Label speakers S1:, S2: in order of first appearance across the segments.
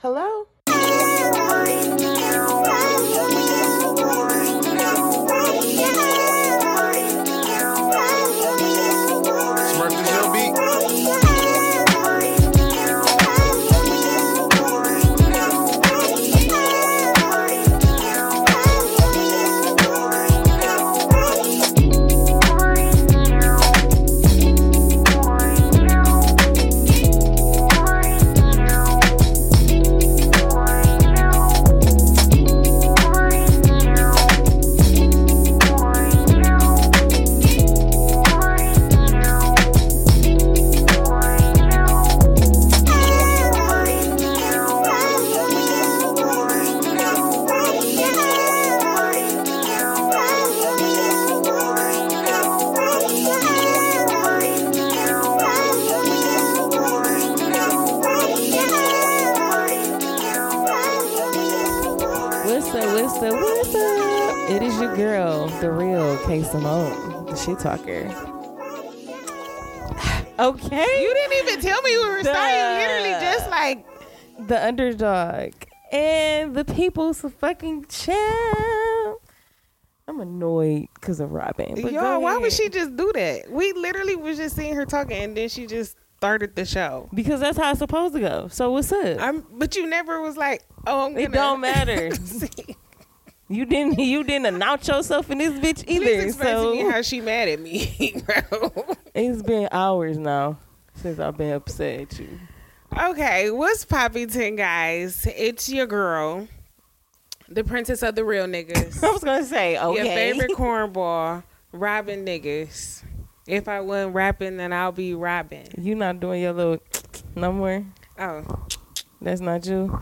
S1: Hello?
S2: Smurf the hell beat.
S1: What's up? What's up? What's up? It is your girl, the real K Simone, the shit talker. okay.
S3: You didn't even tell me we were starting. You literally just like
S1: the underdog and the people's fucking champ. I'm annoyed because of Robin. but go
S3: Y'all, why would
S1: ahead.
S3: she just do that? We literally was just seeing her talking, and then she just started the show.
S1: Because that's how it's supposed to go. So what's up?
S3: I'm, but you never was like, oh, I'm.
S1: It
S3: gonna-
S1: don't matter.
S3: See,
S1: you didn't. You didn't announce yourself in this bitch
S3: Please
S1: either.
S3: explain
S1: So
S3: to me how she mad at me, bro.
S1: it's been hours now since I've been upset at you.
S3: Okay, what's poppin', guys? It's your girl, the princess of the real niggas,
S1: I was gonna say okay.
S3: your favorite cornball, Robin niggas. If I wasn't rapping, then I'll be Robin.
S1: You not doing your little no more.
S3: Oh,
S1: That's not you.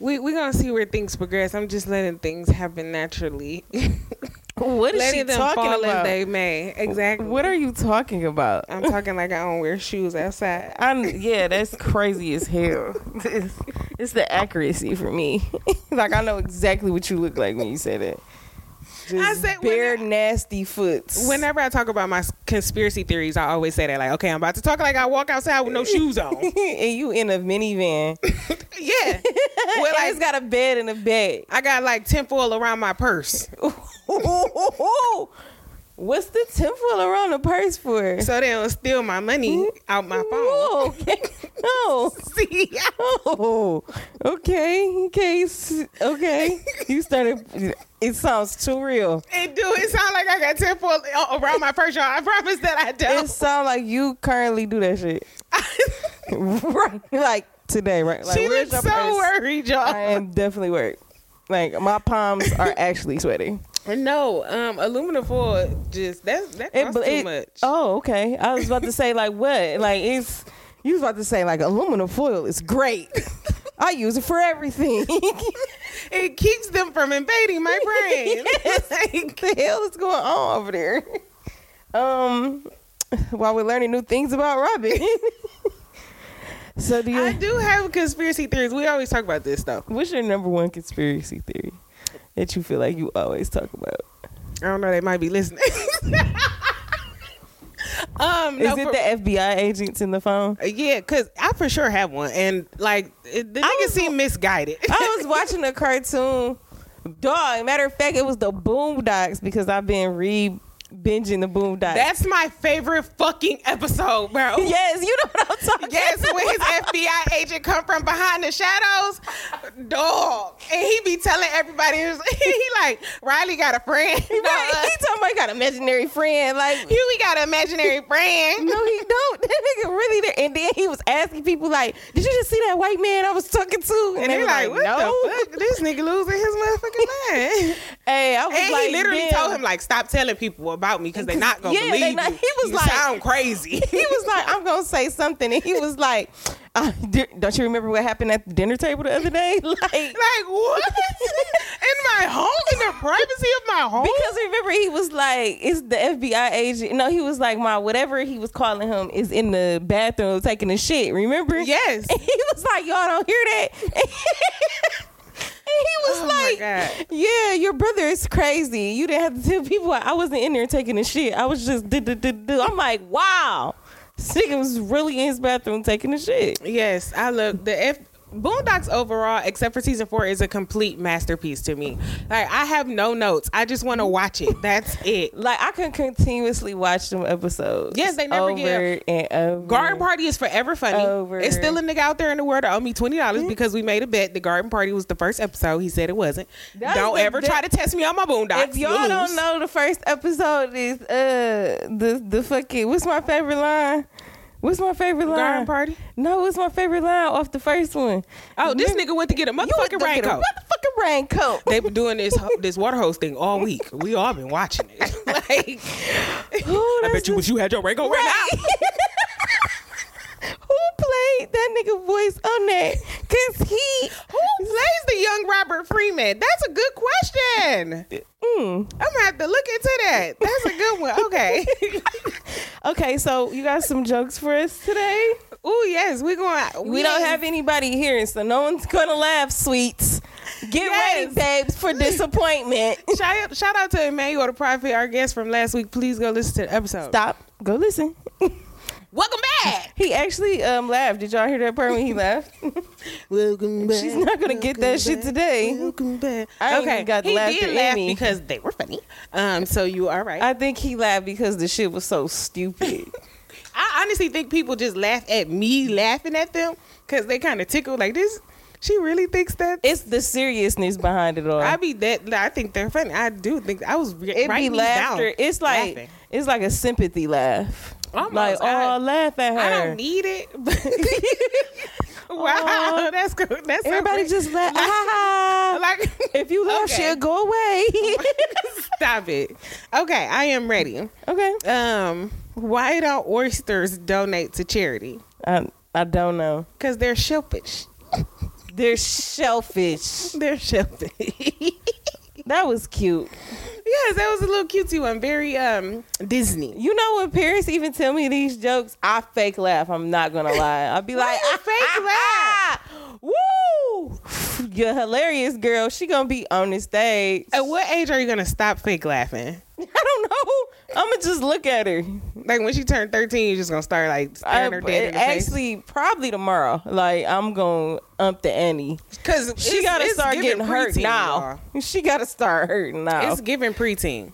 S3: we we gonna see where things progress. I'm just letting things happen naturally,
S1: What
S3: letting them fall as they may. Exactly.
S1: What are you talking about?
S3: I'm talking like I don't wear shoes outside.
S1: I'm, yeah, that's crazy as hell. It's, it's the accuracy for me. like I know exactly what you look like when you said it. Just
S3: said when
S1: bare
S3: I-
S1: nasty foots.
S3: Whenever I talk about my s- conspiracy theories, I always say that like, okay, I'm about to talk like I walk outside with no shoes on.
S1: and you in a minivan.
S3: yeah,
S1: Well,
S3: well,
S1: I
S3: like
S1: just got a bed in a bed.
S3: I got like tinfoil around my purse.
S1: What's the tinfoil around the purse for?
S3: So they don't steal my money out my phone.
S1: Oh, okay. Oh.
S3: See,
S1: Oh, okay, okay, s- okay. You started. It sounds too real.
S3: it do. It sound like I got tinfoil a- around my purse, y'all. I promise that I
S1: It
S3: don't.
S1: sounds like you currently do that shit, right? Like today, right? Like
S3: she
S1: where's
S3: looks so
S1: your purse?
S3: worried, y'all.
S1: I am definitely worried. Like my palms are actually sweating.
S3: No, um, aluminum foil just that that costs
S1: but
S3: too much.
S1: Oh, okay. I was about to say like what? Like it's. You was about to say like aluminum foil is great. I use it for everything.
S3: It keeps them from invading my brain.
S1: like, the hell is going on over there? Um, while we're learning new things about Robin. so do you?
S3: I do have conspiracy theories. We always talk about this stuff.
S1: what's your number one conspiracy theory that you feel like you always talk about?
S3: I don't know. They might be listening. um, no,
S1: is it
S3: for-
S1: the FBI agents in the phone?
S3: Yeah, cause I for sure have one, and like it, the nigga
S1: was-
S3: seem misguided.
S1: I was watching a cartoon. Dog. Matter of fact, it was the Boondocks because I've been re binging the Boondocks.
S3: That's my favorite fucking episode, bro.
S1: yes. You know what I'm talking.
S3: Yes, when his FBI agent come from behind the shadows, dog, and he be telling everybody, he, was- he like Riley got a friend. No,
S1: Right?
S3: uh,
S1: He talking about he got an imaginary friend. Like
S3: Huey got an imaginary friend.
S1: No, he don't. That nigga really there. And then he was asking people like, "Did you just see that white man I was talking to?"
S3: And
S1: was
S3: they're like, what the fuck? This nigga losing his motherfucking mind.
S1: Hey, I was
S3: And
S1: like,
S3: he literally
S1: damn.
S3: told him, like, stop telling people about me because they're not going to
S1: Yeah, they
S3: believe
S1: not-
S3: you.
S1: he was
S3: You
S1: like-
S3: sound crazy.
S1: He was like, "I'm gonna say something," and he was like, uh, d- "Don't you remember what happened at the dinner table the other day?" Like.
S3: like, what? in my home? In the privacy of my home?
S1: Because remember, he was like, it's the FBI agent. No, he was like, my whatever he was calling him is in the bathroom taking a shit. Remember?
S3: Yes.
S1: And he was like, y'all don't hear that. and he was
S3: Oh my
S1: like,
S3: God.
S1: "Yeah, your brother is crazy. You didn't have to tell people. I wasn't in there taking a shit. I was just do do do do." I'm like, "Wow." This nigga was really in his bathroom taking a shit.
S3: Yes, I look the F. Boondocks overall, except for season four, is a complete masterpiece to me. Like I have no notes. I just want to watch it. That's it.
S1: Like I can continuously watch them episodes.
S3: Yes, they never
S1: over
S3: give.
S1: and over.
S3: Garden party is forever funny.
S1: Over. Mm.
S3: It's still a nigga out there in the world that owe me twenty dollars because we made a bet. The garden party was the first episode. He said it wasn't.
S1: That's
S3: don't
S1: the-
S3: ever try to test me on my boondocks.
S1: If y'all
S3: You
S1: don't
S3: lose.
S1: know, the first episode is uh the the fucking what's my favorite line? What's my favorite line?
S3: garden party.
S1: No, what's my favorite line off the first one?
S3: Oh, this nigga went to get a
S1: You went to
S3: motherfucking
S1: get a
S3: raincoat.
S1: Motherfucking raincoat.
S3: They've been doing this ho- this water hose thing all week. We all been watching it. like
S1: Ooh,
S3: I
S1: that's
S3: bet you wish you had your raincoat right, now.
S1: Who played that nigga voice on that? Cause he
S3: Who plays the young Robert Freeman? That's a good question.
S1: Mm.
S3: I'm gonna have to look into that. That's a good one. Okay.
S1: Okay, so you got some jokes for us today?
S3: Ooh, yes, we're going.
S1: We don't have anybody here, so no one's gonna laugh, sweets. Get ready,
S3: Yes.
S1: babes, for disappointment.
S3: Shout out, shout out to Emmanuel the Prophet, our guest from last week. Please go listen to the episode.
S1: Stop. Go listen.
S3: Welcome back.
S1: He actually um laughed. Did y'all hear that part when he laughed?
S3: Welcome back.
S1: She's not gonna get that shit today.
S3: Welcome back.
S1: I ain't
S3: okay,
S1: even got
S3: he
S1: laughter
S3: did
S1: in
S3: laugh
S1: me.
S3: because they were funny. Um, so you are right. I,
S1: I think he laughed because the shit was so stupid.
S3: honestly think people just laugh at me laughing at them because they kind of tickle like this. She really thinks that
S1: it's the seriousness behind it all.
S3: I be that. like, I think they're funny. I do think I was re-
S1: it be
S3: writing these down,
S1: laughter. It's like
S3: laughing.
S1: it's like a sympathy laugh.
S3: Almost.
S1: like oh,
S3: I-
S1: I, laugh at her.
S3: I don't need it. but- wow,
S1: Aw.
S3: that's good. That's so
S1: Everybody
S3: great.
S1: just laugh. Ah,
S3: like
S1: if you laugh,
S3: Okay. Oh
S1: she'll go away.
S3: stop it. Okay, I am ready.
S1: okay.
S3: Um, why don't oysters donate to charity?
S1: I Um, I don't know.
S3: Because they're shellfish.
S1: They're shellfish.
S3: They're shellfish.
S1: That was cute.
S3: yes, that was a little cutesy one. Very um Disney.
S1: You know when parents even tell me these jokes, I fake laugh. I'm not gonna lie. I'll be like,
S3: you fake
S1: laugh. Woo! You're hilarious, girl. She gonna be on the stage.
S3: At what age are you gonna stop fake laughing?
S1: I don't know. I'ma just look at her.
S3: Like when she turned thirteen, you're just gonna start like staring her
S1: I-
S3: dead in the face.
S1: Uh, actually, probably tomorrow. Like I'm gonna ump the Annie.
S3: Cause
S1: She
S3: it's-
S1: gotta
S3: it's
S1: start
S3: giving
S1: getting hurt
S3: preteen,
S1: now. Oh. She gotta start hurting now.
S3: y'all. It's giving preteen.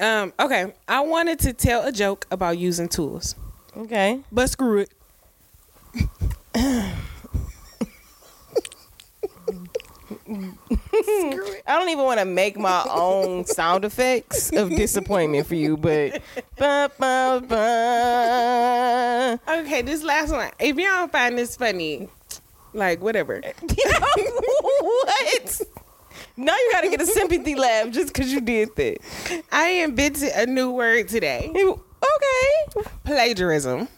S3: Um, okay, I wanted to tell a joke about using tools,
S1: okay.
S3: but screw it.
S1: I don't even want to make my own sound effects of disappointment for you, but ba, ba, ba.
S3: Okay, this last one. If y'all don't find this funny, like whatever.
S1: what? Now you gotta get a sympathy laugh just because you did that.
S3: I invented a new word today:
S1: You- okay.
S3: plagiarism.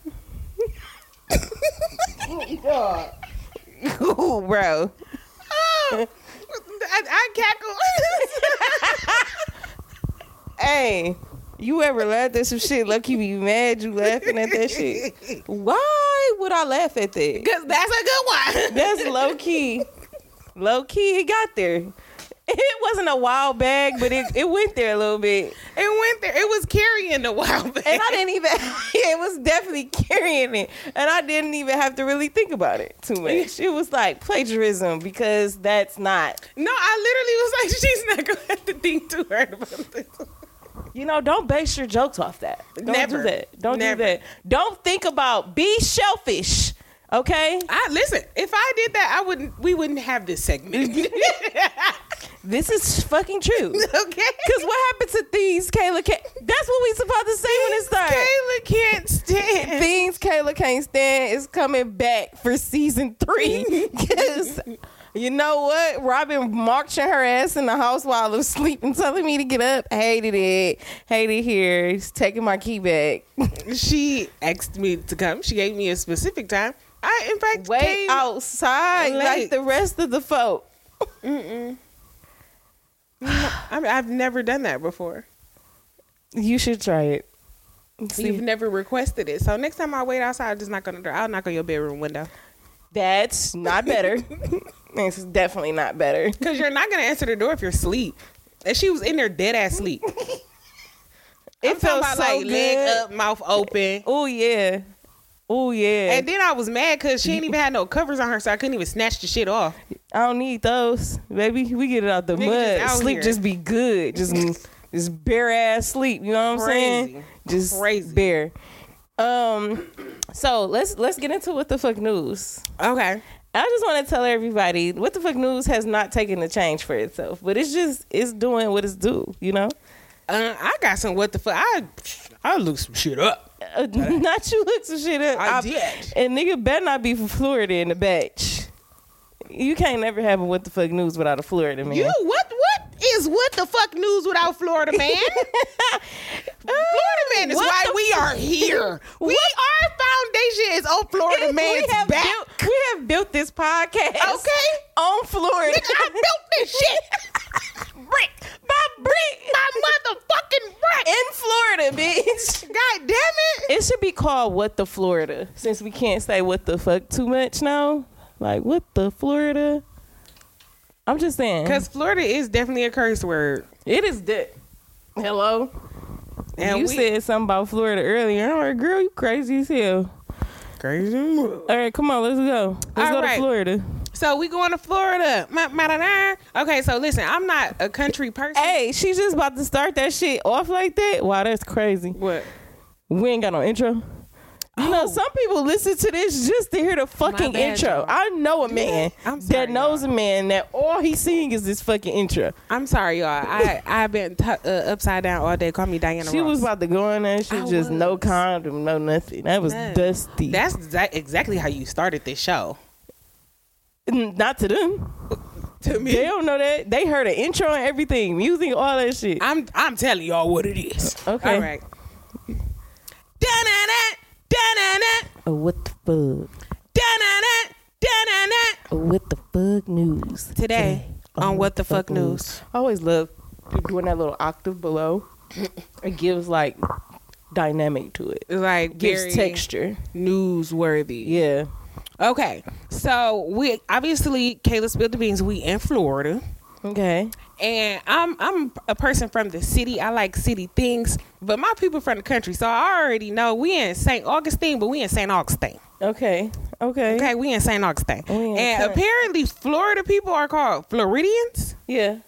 S1: Ooh, bro.
S3: Oh, I, I cackle.
S1: Hey, you ever laughed at some shit? Lucky be mad you laughing at that shit. Why would I laugh at that?
S3: Cause that's a good one.
S1: That's low key. Low key, it got there. It wasn't a wild bag, but it, it went there a little bit.
S3: It went there. It was carrying the wild.
S1: And I didn't even, it was definitely carrying it. And I didn't even have to really think about it too much. It was like plagiarism because that's not,
S3: No, I literally was like, she's not gonna have to think too hard about this.
S1: you know, don't base your jokes off that. Don't
S3: Never.
S1: do that. Don't
S3: Never.
S1: do that. Don't think about, be shellfish, okay?
S3: I listen. If I did that, I wouldn't. We wouldn't have this segment.
S1: This is fucking true.
S3: okay.
S1: Because what happened to things, Kayla? Ca- that's what we supposed to say when it starts.
S3: Kayla can't stand.
S1: things Kayla can't stand is coming back for season three. Because you know what? Robin marching her ass in the house while I was sleeping, telling me to get up. Hated it. Hated here. He's taking my key back.
S3: She asked me to come. She gave me a specific time. I in fact
S1: Wait
S3: came-
S1: outside
S3: late.
S1: like the rest of the folk.
S3: I mean, I've never done that before.
S1: You should try it. See,
S3: You've never requested it. So next time I wait outside, I'm just knock on the door. I'll knock on your bedroom window.
S1: that's not better. It's definitely not better.
S3: Because you're not gonna answer the door if you're asleep. And she was in there dead ass sleep.
S1: It
S3: Talking
S1: feels
S3: about
S1: so
S3: like
S1: good.
S3: leg up, mouth open.
S1: Oh yeah. Oh yeah.
S3: And then I was mad because she ain't even had no covers on her, so I couldn't even snatch the shit off.
S1: I don't need those, baby. We get it out the
S3: Nigga
S1: mud.
S3: just out
S1: sleep
S3: here.
S1: just be good. Just just bare ass sleep. You know what I'm saying?
S3: Crazy.
S1: Just
S3: Crazy.
S1: bare. Um. So let's let's get into what the fuck news.
S3: Okay.
S1: I just want to tell everybody what the fuck news has not taken the change for itself, but it's just it's doing what it's due. You know.
S3: Uh, I got some what the fuck. I I look some shit up.
S1: Uh, not you look some shit up.
S3: I did.
S1: And nigga better not be from Florida in the batch. You can't never have a what the fuck news without a Florida man.
S3: You what what is what the fuck news without Florida man? Florida man is
S1: What
S3: why
S1: the
S3: we are here. We our foundation is on Florida man's
S1: we have
S3: back.
S1: built we have built this podcast
S3: Okay.
S1: on Florida.
S3: Nigga, I built this shit. brick by brick, my motherfucking brick.
S1: in Florida, bitch.
S3: God damn it.
S1: It should be called What the Florida since we can't say what the fuck too much now. Like what the Florida? I'm just saying.
S3: Because Florida is definitely a curse word.
S1: it is dick. Hello.
S3: And
S1: you
S3: we-
S1: said something about Florida earlier. I'm like, girl, you crazy as hell.
S3: Crazy.
S1: All right, come on, let's go. Let's
S3: All
S1: go
S3: right.
S1: to Florida.
S3: So we going to Florida. Ma- ma- da- da. Okay, so listen, I'm not a country person.
S1: Hey, she's just about to start that shit off like that. Wow, that's crazy.
S3: What?
S1: We ain't got no intro. You know,
S3: Oh,
S1: some people listen to this just to hear the fucking
S3: bad,
S1: intro.
S3: y'all.
S1: I know a man
S3: I'm sorry,
S1: that knows a man that all he's seeing is this fucking intro.
S3: I'm sorry, y'all. I I've been t- uh, upside down all day. Call me Diana.
S1: She
S3: Ross.
S1: was about to go in there. She
S3: I
S1: just no
S3: was.
S1: condom, no nothing. That was
S3: None.
S1: dusty.
S3: That's exa- exactly how you started this show.
S1: Mm, not to them.
S3: To
S1: They don't know that. They heard an intro and everything, music, all that shit.
S3: I'm I'm telling y'all what it is.
S1: Uh, Okay.
S3: All right. Da-na-na, da-na-na,
S1: oh, what the fuck?
S3: da-na-na, da-na-na.
S1: Oh, what the fuck news?
S3: Today
S1: Um,
S3: on What the Fuck News.
S1: I always love doing that little octave below. It gives like dynamic to it.
S3: Like
S1: Gives
S3: very
S1: texture.
S3: newsworthy.
S1: Yeah.
S3: Okay, so we obviously Kayla spilled the beans. We in Florida,
S1: Okay.
S3: and I'm I'm a person from the city. I like city things, but my people from the country. So I already know we in St. Augustine, but we in St. Augustine.
S1: Okay. Okay.
S3: Okay, we in St. Augustine,
S1: We in
S3: and
S1: St.
S3: apparently Florida people are called Floridians.
S1: Yeah.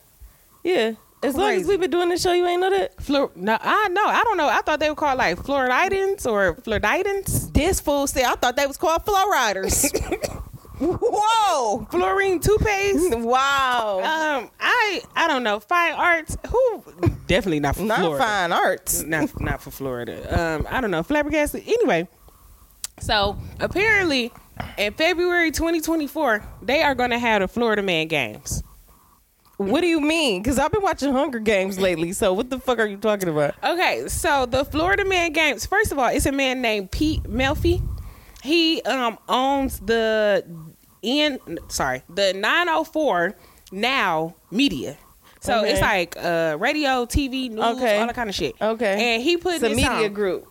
S1: Yeah. As long as
S3: Crazy.
S1: we've been doing this show, you ain't know that.
S3: Flor- no, I know. I don't know. I thought they were called like Floridans or Floridans.
S1: This fool said I thought they was called Flowriders. Whoa.
S3: Fluorine toupees.
S1: Wow.
S3: Um, I I don't know. Fine arts. Who? Definitely not from
S1: Not
S3: Florida.
S1: fine arts.
S3: not not for Florida. Um, I don't know, flabbergasted. Anyway, so apparently, in February 2024, they are going to have the Florida Man Games.
S1: What do you mean? Because I've been watching Hunger Games lately. So what the fuck are you talking about?
S3: Okay, so the Florida Man Games. First of all, it's a man named Pete Melfi. He um owns the in sorry the 904 Now Media. So
S1: Okay.
S3: it's like uh, radio, TV, news,
S1: Okay.
S3: all that kind of shit.
S1: Okay.
S3: and he put
S1: It's a
S3: this
S1: media
S3: out.
S1: group.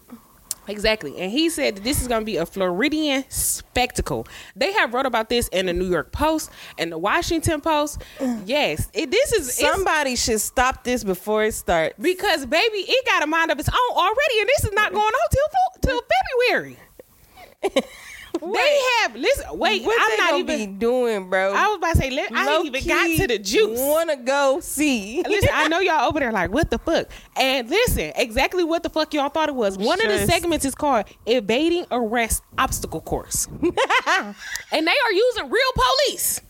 S3: Exactly. And he said that this is going to be a Floridian spectacle. They have wrote about this in the New York Post and the Washington Post. Yes, it, this is it's,
S1: Mm. Somebody should stop this before it starts.
S3: because baby, it got a mind of its own already, and this is not going on till Fe- till
S1: Mm.
S3: February. they have listen. Wait,
S1: What they
S3: I'm not
S1: gonna
S3: even.
S1: be doing, bro?
S3: I was about to say let, I ain't even got to the juice.
S1: Want to go see?
S3: Listen, I know y'all over there like, what the fuck? And listen, exactly what the fuck y'all thought it was. One of the
S1: Stress.
S3: segments is called Evading Arrest Obstacle Course. and they are using real police.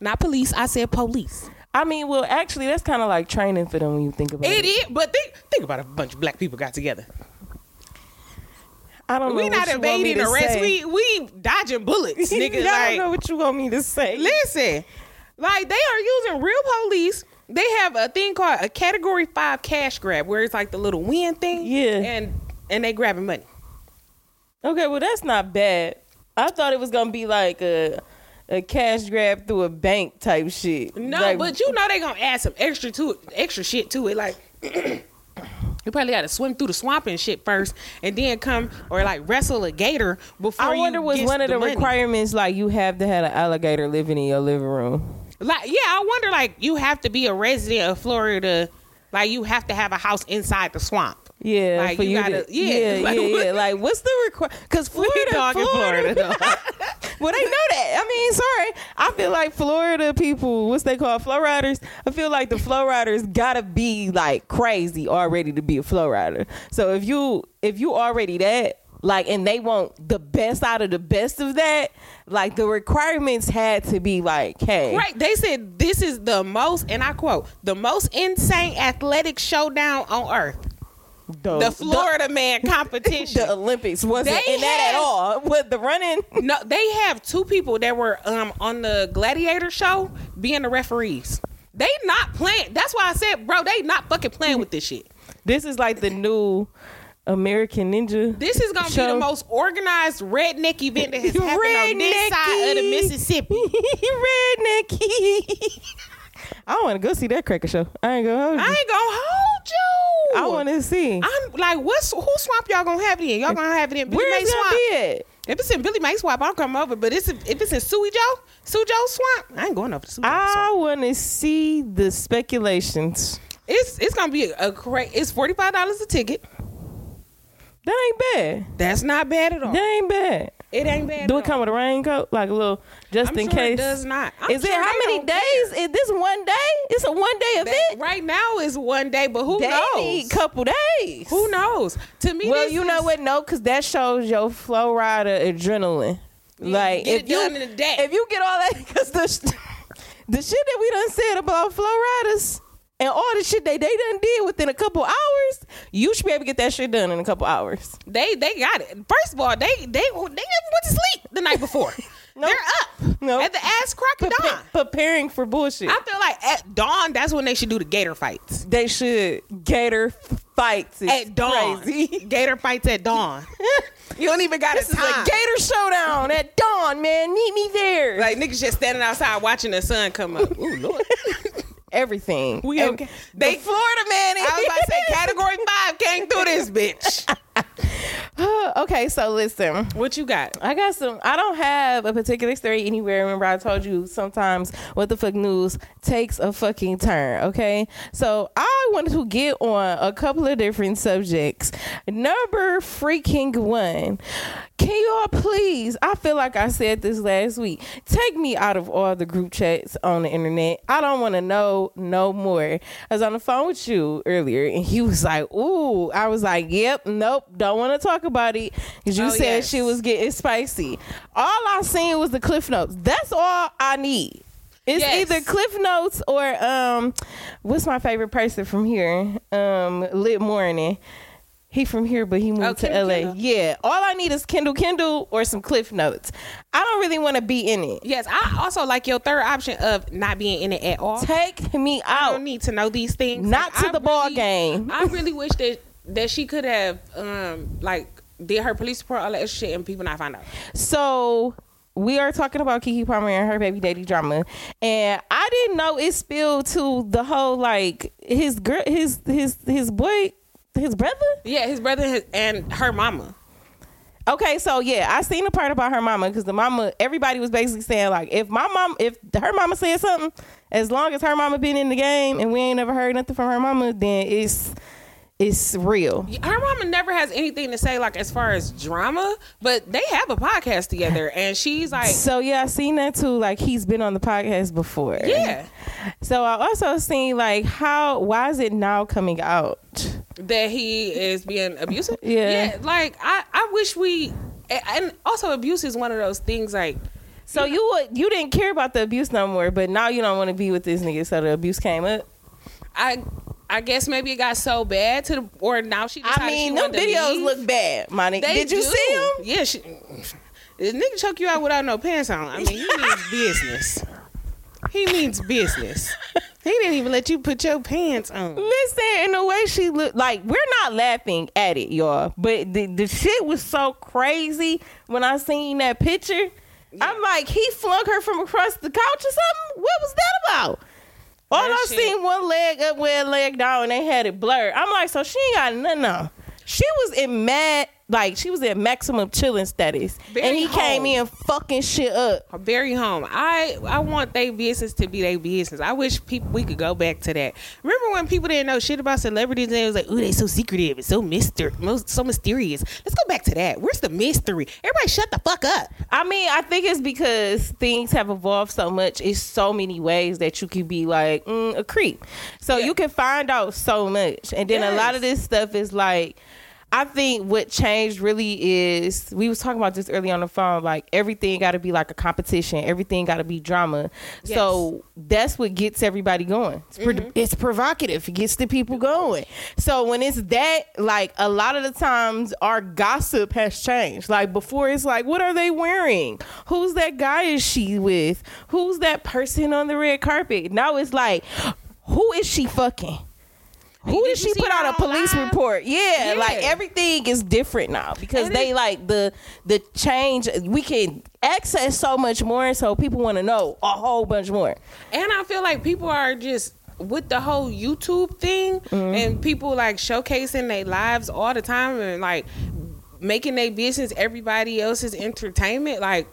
S3: Not police, I said police.
S1: I mean, well, actually, that's kind of like training for them when you think about it.
S3: It is, but think, think about if a bunch of black people got together.
S1: I don't know.
S3: We
S1: what
S3: not
S1: you want me
S3: evading
S1: to
S3: arrest.
S1: say.
S3: We we dodging bullets, nigga.
S1: Y'all
S3: like,
S1: don't know what you want me to say.
S3: Listen, like they are using real police. They have a thing called a Category Five cash grab, where it's like the little win thing.
S1: Yeah.
S3: and and they grabbing money.
S1: Okay, well, that's not bad. I thought it was gonna be like a a cash grab through a bank type shit.
S3: No,
S1: Like,
S3: but you know they gonna add some extra to it, extra shit to it. Like You probably got to swim through the swamp and shit first, and then come or like wrestle a gator before.
S1: I wonder
S3: you
S1: was
S3: gets
S1: one of the,
S3: money.
S1: requirements like you have to have an alligator living in your living room.
S3: Like, yeah, I wonder. Like, you have to be a resident of Florida. Like, you have to have a house inside the swamp.
S1: Yeah,
S3: Like,
S1: for
S3: you
S1: you,
S3: gotta-
S1: to,
S3: yeah,
S1: yeah, yeah,
S3: like,
S1: yeah, Like, what's the requirement? Because Florida,
S3: dog in
S1: Florida,
S3: Florida,
S1: well, they know that. I mean, sorry, I feel like Florida people, what's they call flow riders? I feel like the flow riders gotta be like crazy already to be a flow rider. So if you if you already that. Like and they want the best out of the best of that. Like the requirements had to be like, hey,
S3: Right. They said this is the most, and I quote, the most insane athletic showdown on earth. The Florida man competition.
S1: Oh. the Olympics wasn't
S3: They
S1: in that
S3: had-
S1: at all with the running.
S3: no, they have two people that were um on the gladiator show being the referees. They not playing. That's why I said, bro, they not fucking playing with this shit.
S1: This is like the new American Ninja.
S3: This is gonna be
S1: Show.
S3: the most organized redneck event that has happened on this
S1: Rednecky.
S3: side of the Mississippi.
S1: rednecky. I want to go see that cracker show. I ain't gonna hold
S3: I
S1: you.
S3: ain't gonna hold you.
S1: I want to see.
S3: I'm like, what's who swamp y'all gonna have it in? Y'all gonna have it in Billy
S1: Where
S3: May
S1: is
S3: Swamp.
S1: gonna be at?
S3: If it's in Billy May Swamp, I'll come over. But it's if it's in Suey Joe, Sue Joe Swamp, I ain't going over to Sue Joe
S1: I
S3: Swamp.
S1: want to see the speculations.
S3: It's it's gonna be a great. It's forty five dollars a ticket.
S1: That ain't bad.
S3: That's not bad at all.
S1: That ain't bad.
S3: It ain't bad.
S1: Do
S3: at
S1: it come
S3: all.
S1: with a raincoat, like a little just
S3: I'm
S1: in
S3: sure
S1: case?
S3: It does not. I'm
S1: is it
S3: sure
S1: how
S3: they
S1: many
S3: don't care.
S1: days? Is this one day? It's a one day
S3: They-
S1: event.
S3: right now is one day, but who
S1: They
S3: knows?
S1: need couple days.
S3: who knows? To me,
S1: Well,
S3: this
S1: you know
S3: is-
S1: what? No, because that shows your flow rider adrenaline. Like
S3: get it
S1: if you
S3: done in a day.
S1: if you get all that, because the sh- the shit that we done said about flow riders and all the shit that they done did within a couple hours, you should be able to get that shit done in a couple hours.
S3: They they got it. First of all, they they they never went to sleep the night before.
S1: Nope.
S3: They're up
S1: Nope.
S3: at the ass crack of
S1: Prepa-
S3: dawn.
S1: preparing for bullshit.
S3: I feel like at dawn, that's when they should do the gator fights.
S1: they should gator f- fights is
S3: at dawn.
S1: Crazy.
S3: Gator fights at dawn. you don't even got
S1: This
S3: a
S1: is
S3: time.
S1: a gator showdown at dawn, man. Meet me there.
S3: like niggas just standing outside watching the sun come up. Ooh, Lord.
S1: everything.
S3: We
S1: Ev-
S3: okay. They
S1: the Florida man.
S3: I was about to say category five came through this bitch.
S1: okay, so listen.
S3: What you got?
S1: I got some. I don't have a particular story anywhere. Remember, I told you sometimes what the fuck news takes a fucking turn. Okay, so I wanted to get on a couple of different subjects. Number freaking one, can y'all please? I feel like I said this last week. Take me out of all the group chats on the internet. I don't want to know no more. I was on the phone with you earlier, and he was like, "Ooh," I was like, "Yep, nope, don't want to talk about it." Because you
S3: Oh,
S1: said
S3: yes.
S1: she was was getting spicy. All I seen was the cliff notes. That's all I need. It's
S3: Yes.
S1: either cliff notes or um, what's my favorite person from here? Um, Lit Morning. He from here, but he moved to
S3: Oh, Kendall
S1: LA.
S3: Kendall.
S1: Yeah. All I need is Kendall Kendall or some cliff notes. I don't really want to be in it.
S3: Yes, I also like your third option of not being in it at all.
S1: Take me
S3: I
S1: out.
S3: don't need to know these things.
S1: Not to
S3: I
S1: the ball game.
S3: I really wish that that she could have um like did her police report all that extra shit and people not find out.
S1: So we are talking about Kiki Palmer and her baby daddy drama, and I didn't know it spilled to the whole like his girl, his his his boy, his brother.
S3: Yeah, his brother and his- and her mama.
S1: Okay, so yeah, I seen the part about her mama because the mama, everybody was basically saying like, if my mom, if her mama said something, as long as her mama been in the game and we ain't never heard nothing from her mama, then it's it's real.
S3: her mama never has anything to say like as far as drama but they have a podcast together and she's like
S1: So yeah, I seen that too. Like he's been on the podcast before.
S3: yeah
S1: So I also seen like how why is it now coming out?
S3: that he is being abusive
S1: Yeah.
S3: like i i wish we and- and also abuse is one of those things like
S1: So you would you didn't care about the abuse no more, but now you don't want to be with this nigga, so the abuse came up.
S3: i i guess maybe it got so bad to the or now she decided
S1: I mean,
S3: she
S1: them
S3: wanted to
S1: videos
S3: leave.
S1: look bad, Monty.
S3: They
S1: Did you
S3: do.
S1: see them?
S3: yeah she this nigga choke you out without no pants on i mean he means business he means business he didn't even let you put your pants on
S1: Listen, and the way she looked, like we're not laughing at it, y'all. But the, the shit was so crazy when I seen that picture. I'm like, he flung her from across the couch or something. What was that about? All
S3: That
S1: I
S3: shit-
S1: seen one leg up, one leg down, and they had it blurred. I'm like, so she ain't got nothing on. She was in mad, like she was in maximum chilling status, and
S3: Very
S1: he came
S3: home.
S1: in fucking shit up.
S3: Very home. I I want their business to be their business. I wish people we could go back to that. Remember when people didn't know shit about celebrities and it was like, ooh, they so secretive and so myster, most so mysterious. Let's go back to that. Where's the mystery? Everybody, shut the fuck up.
S1: I mean, I think it's because things have evolved so much. It's so many ways that you could be like mm, a creep. So you can find out so much, and then a lot of this stuff is like. I think what changed really is we was talking about this earlier on the phone. Like everything got to be like a competition. Everything got to be drama. So that's what gets everybody going. It's, pro- it's provocative. It gets the people going. So when it's that, like a lot of the times our gossip has changed. Like before, it's like, what are they wearing? Who's that guy is she with? Who's that person on the red carpet? Now it's like, who is she fucking? Who
S3: Did
S1: did,
S3: you
S1: she
S3: see
S1: put
S3: her
S1: out a
S3: online?
S1: police report? Yeah,
S3: Yeah.
S1: like everything is different now because
S3: And
S1: they like the the change. We can access so much more, and so people want to know a whole bunch more.
S3: And I feel like people are just with the whole YouTube thing and people like showcasing their lives all the time and like making their business everybody else's entertainment. Like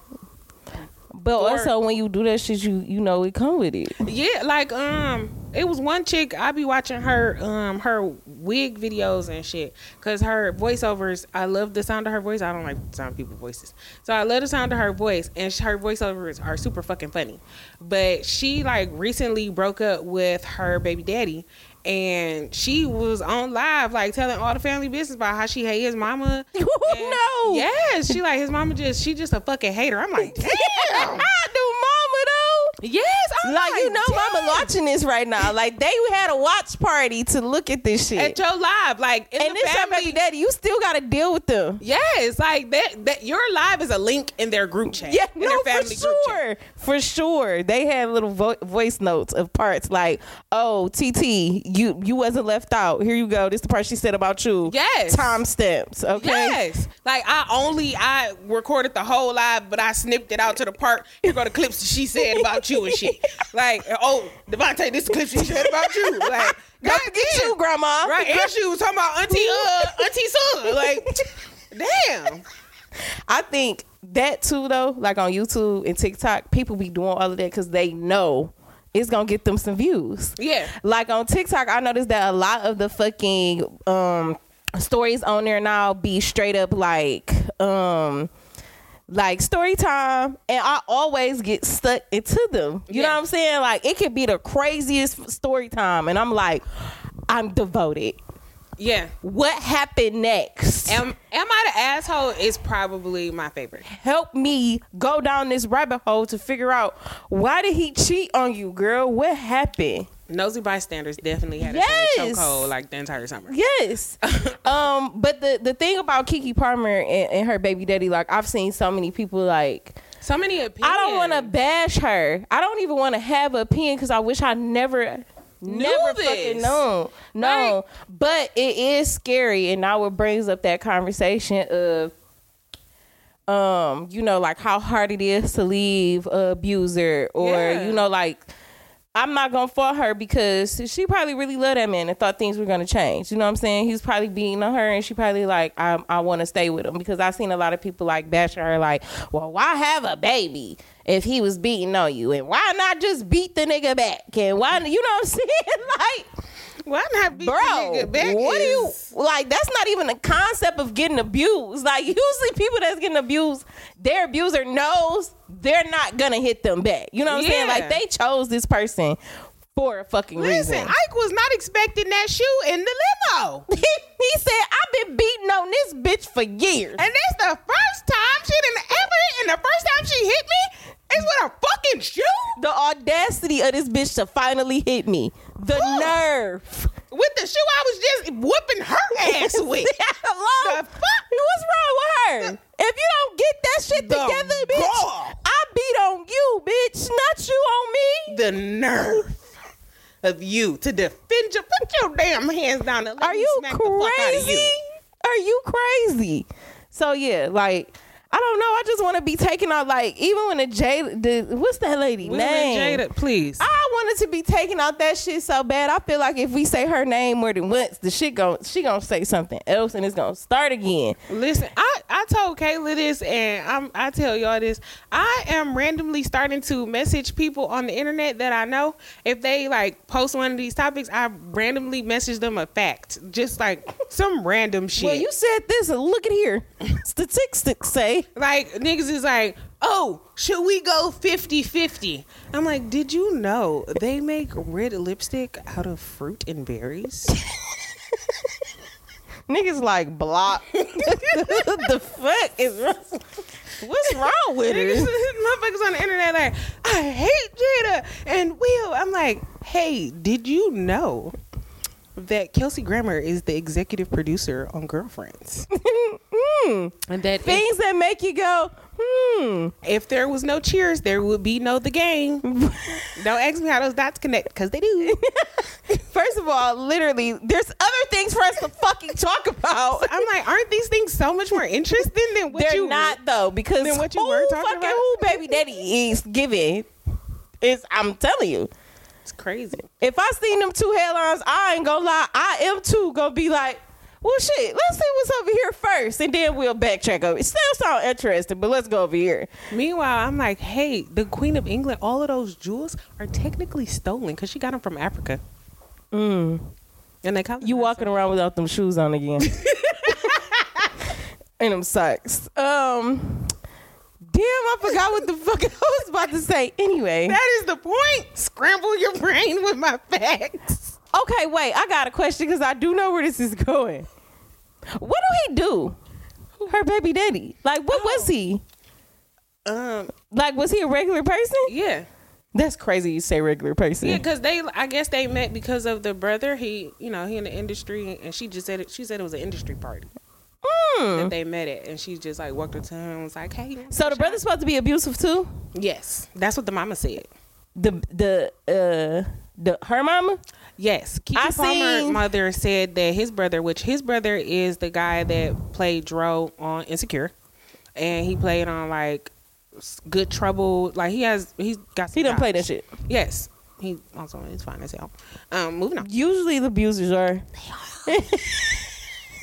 S1: But
S3: Or-
S1: also, when you do that shit, you you know it come with it.
S3: Yeah, like um, it was one chick. I be watching her um her wig videos and shit, cause her voiceovers. I love the sound of her voice. I don't like the sound of people's voices, so I love the sound of her voice, and sh- her voiceovers are super fucking funny. But she like recently broke up with her baby daddy. And she was on live, like telling all the family business about how she hate his mama. And-
S1: no,
S3: Yeah, she like his mama just she just a fucking hater. I'm like, damn.
S1: I do, mama though.
S3: yes, I'm
S1: Like you know,
S3: damn.
S1: mama watching this right now. Like they had a watch party to look at this shit,
S3: at your live. Like in
S1: and
S3: the
S1: this your
S3: family.
S1: baby daddy. You still got to deal with them.
S3: Yes, like that. That your live is a link in their group chat.
S1: Yeah,
S3: in
S1: no,
S3: their family
S1: for
S3: group
S1: sure,
S3: chat.
S1: for sure. They had little vo- voice notes of parts like, "Oh, TT, you you wasn't left out. Here you go. This the part she said about you.
S3: Yes.
S1: time stamps. Okay,
S3: Yes, like I only I recorded the whole live, but I snipped it out to the part. Here go the clips that she said about you and shit. Like, oh, Devontae, this clips she said about you. Like,
S1: Got to get you, grandma.
S3: right? And she was talking about auntie, uh, auntie son. Like, damn.
S1: I think that too, though. Like on YouTube and TikTok, people be doing all of that because they know it's gonna get them some views.
S3: Yeah.
S1: like on TikTok, I noticed that a lot of the fucking um stories on there now be straight up like um like story time and I always get stuck into them. You know
S3: Yeah.
S1: what I'm saying? Like it could be the craziest story time and I'm like I'm devoted.
S3: Yeah.
S1: What happened next?
S3: Am Am I the asshole? Is probably my favorite.
S1: help me go down this rabbit hole to figure out why did he cheat on you, girl? What happened?
S3: Nosy bystanders definitely had us in a
S1: Yes.
S3: chokehold like the entire summer.
S1: Yes. um, but the the thing about Kiki Palmer and, and her baby daddy, like I've seen so many people like
S3: So many opinions.
S1: I don't want to bash her. I don't even want to have an opinion because I wish I never. Never
S3: this.
S1: fucking known. No. But it is scary. And now it brings up that conversation of um, you know, like how hard it is to leave a abuser or,
S3: Yeah.
S1: you know, like I'm not gonna fault her because she probably really loved that man and thought things were gonna change. You know what I'm saying? He was probably beating on her, and she probably like, I, I want to stay with him because I've seen a lot of people like bashing her, like, well, why have a baby if he was beating on you, and why not just beat the nigga back, and why, you know what I'm saying? like,
S3: Why not beat the
S1: bro,
S3: nigga back?
S1: what do you
S3: is-
S1: like? That's not even the concept of getting abused. Like, usually people that's getting abused, their abuser knows they're not gonna hit them back. You know what I'm saying?
S3: Yeah.
S1: Like, they chose this person. For a fucking
S3: Listen,
S1: reason.
S3: Ike was not expecting that shoe in the limo,
S1: he, he said, I've been beating on this bitch for years.
S3: and that's the first time she didn't ever. And the first time she hit me is with a fucking shoe.
S1: the audacity of this bitch to finally hit me. The nerve.
S3: With the shoe, I was just whooping her ass with.
S1: Hello?
S3: The fuck?
S1: What's wrong with her? If you don't get that shit
S3: The
S1: together, bitch,
S3: gall.
S1: I beat on you, bitch. Not you on me.
S3: the nerve of you to defend your put your damn hands down. And let
S1: Are
S3: me
S1: you
S3: smack The fuck out of
S1: crazy?
S3: you.
S1: Are you crazy? So yeah, like I don't know. I just want to be taken out. Like even when the Jada, the, what's that lady
S3: Will
S1: name?
S3: and Jada, please.
S1: I wanted to be taken out that shit so bad. I feel like if we say her name more than once, the shit gon' she gonna say something else and it's gonna start again.
S3: Listen, I, I told Kayla this, and I'm I tell y'all this. I am randomly starting to message people on the internet that I know. If they like post one of these topics, I randomly message them a fact, just like some random shit.
S1: Well, you said this. Look at here. Statistics say
S3: like niggas is like, oh, should we go 50-50? I'm like, did you know they make red lipstick out of fruit and berries?
S1: niggas like block. the fuck is what's wrong with
S3: Niggas,
S1: it?
S3: motherfuckers on the internet like, I hate Jada and Will. I'm like, hey, did you know that Kelsey Grammer is the executive producer on Girlfriends?
S1: mm,
S3: And that if,
S1: things that make you go hmm.
S3: if there was no Cheers, there would be no The Game. Don't ask me how those dots connect because they do.
S1: First of all, literally, there's other things for us to fucking talk about.
S3: I'm like, aren't these things so much more interesting than what
S1: They're
S3: you
S1: not though, because
S3: Then what you
S1: who
S3: were talking
S1: fucking
S3: about?
S1: who baby daddy is giving is I'm telling you.
S3: It's crazy.
S1: If I seen them two headlines, I ain't gonna lie, I am too gonna be like, well shit, let's see what's over here first and then we'll backtrack over. It still sound interesting, but let's go over here.
S3: Meanwhile, I'm like, hey, the Queen of England, all of those jewels are technically stolen because she got them from Africa. Mm. And they come.
S1: You walking around without them shoes on again. and them socks. Um Damn, I forgot what the fuck I was about to say. Anyway.
S3: That is the point. Scramble your brain with my facts.
S1: Okay, wait. I got a question because I do know where this is going. What do he do? Her baby daddy. Like, what was he?
S3: Um.
S1: Like, was he a regular person?
S3: Yeah.
S1: That's crazy. You say regular person.
S3: Yeah, because they, I guess they met because of the brother. He, you know, he in the industry, and she just said it. She said it was an industry party
S1: Mm.
S3: that they met at, and she just like walked up to him and was like, "Hey." you wanna
S1: So the
S3: shop?"
S1: brother's supposed to be abusive too.
S3: Yes, that's what the mama said.
S1: The the uh the her mama.
S3: Yes, Kiki
S1: I
S3: Palmer's
S1: seen-
S3: mother said that his brother, which his brother is the guy that played Dro on Insecure, and he played on like s- Good Trouble. Like he has, he's got. Some
S1: He don't play that
S3: jobs.
S1: shit.
S3: Yes, he also is fine as hell. Um, moving on.
S1: Usually the abusers are.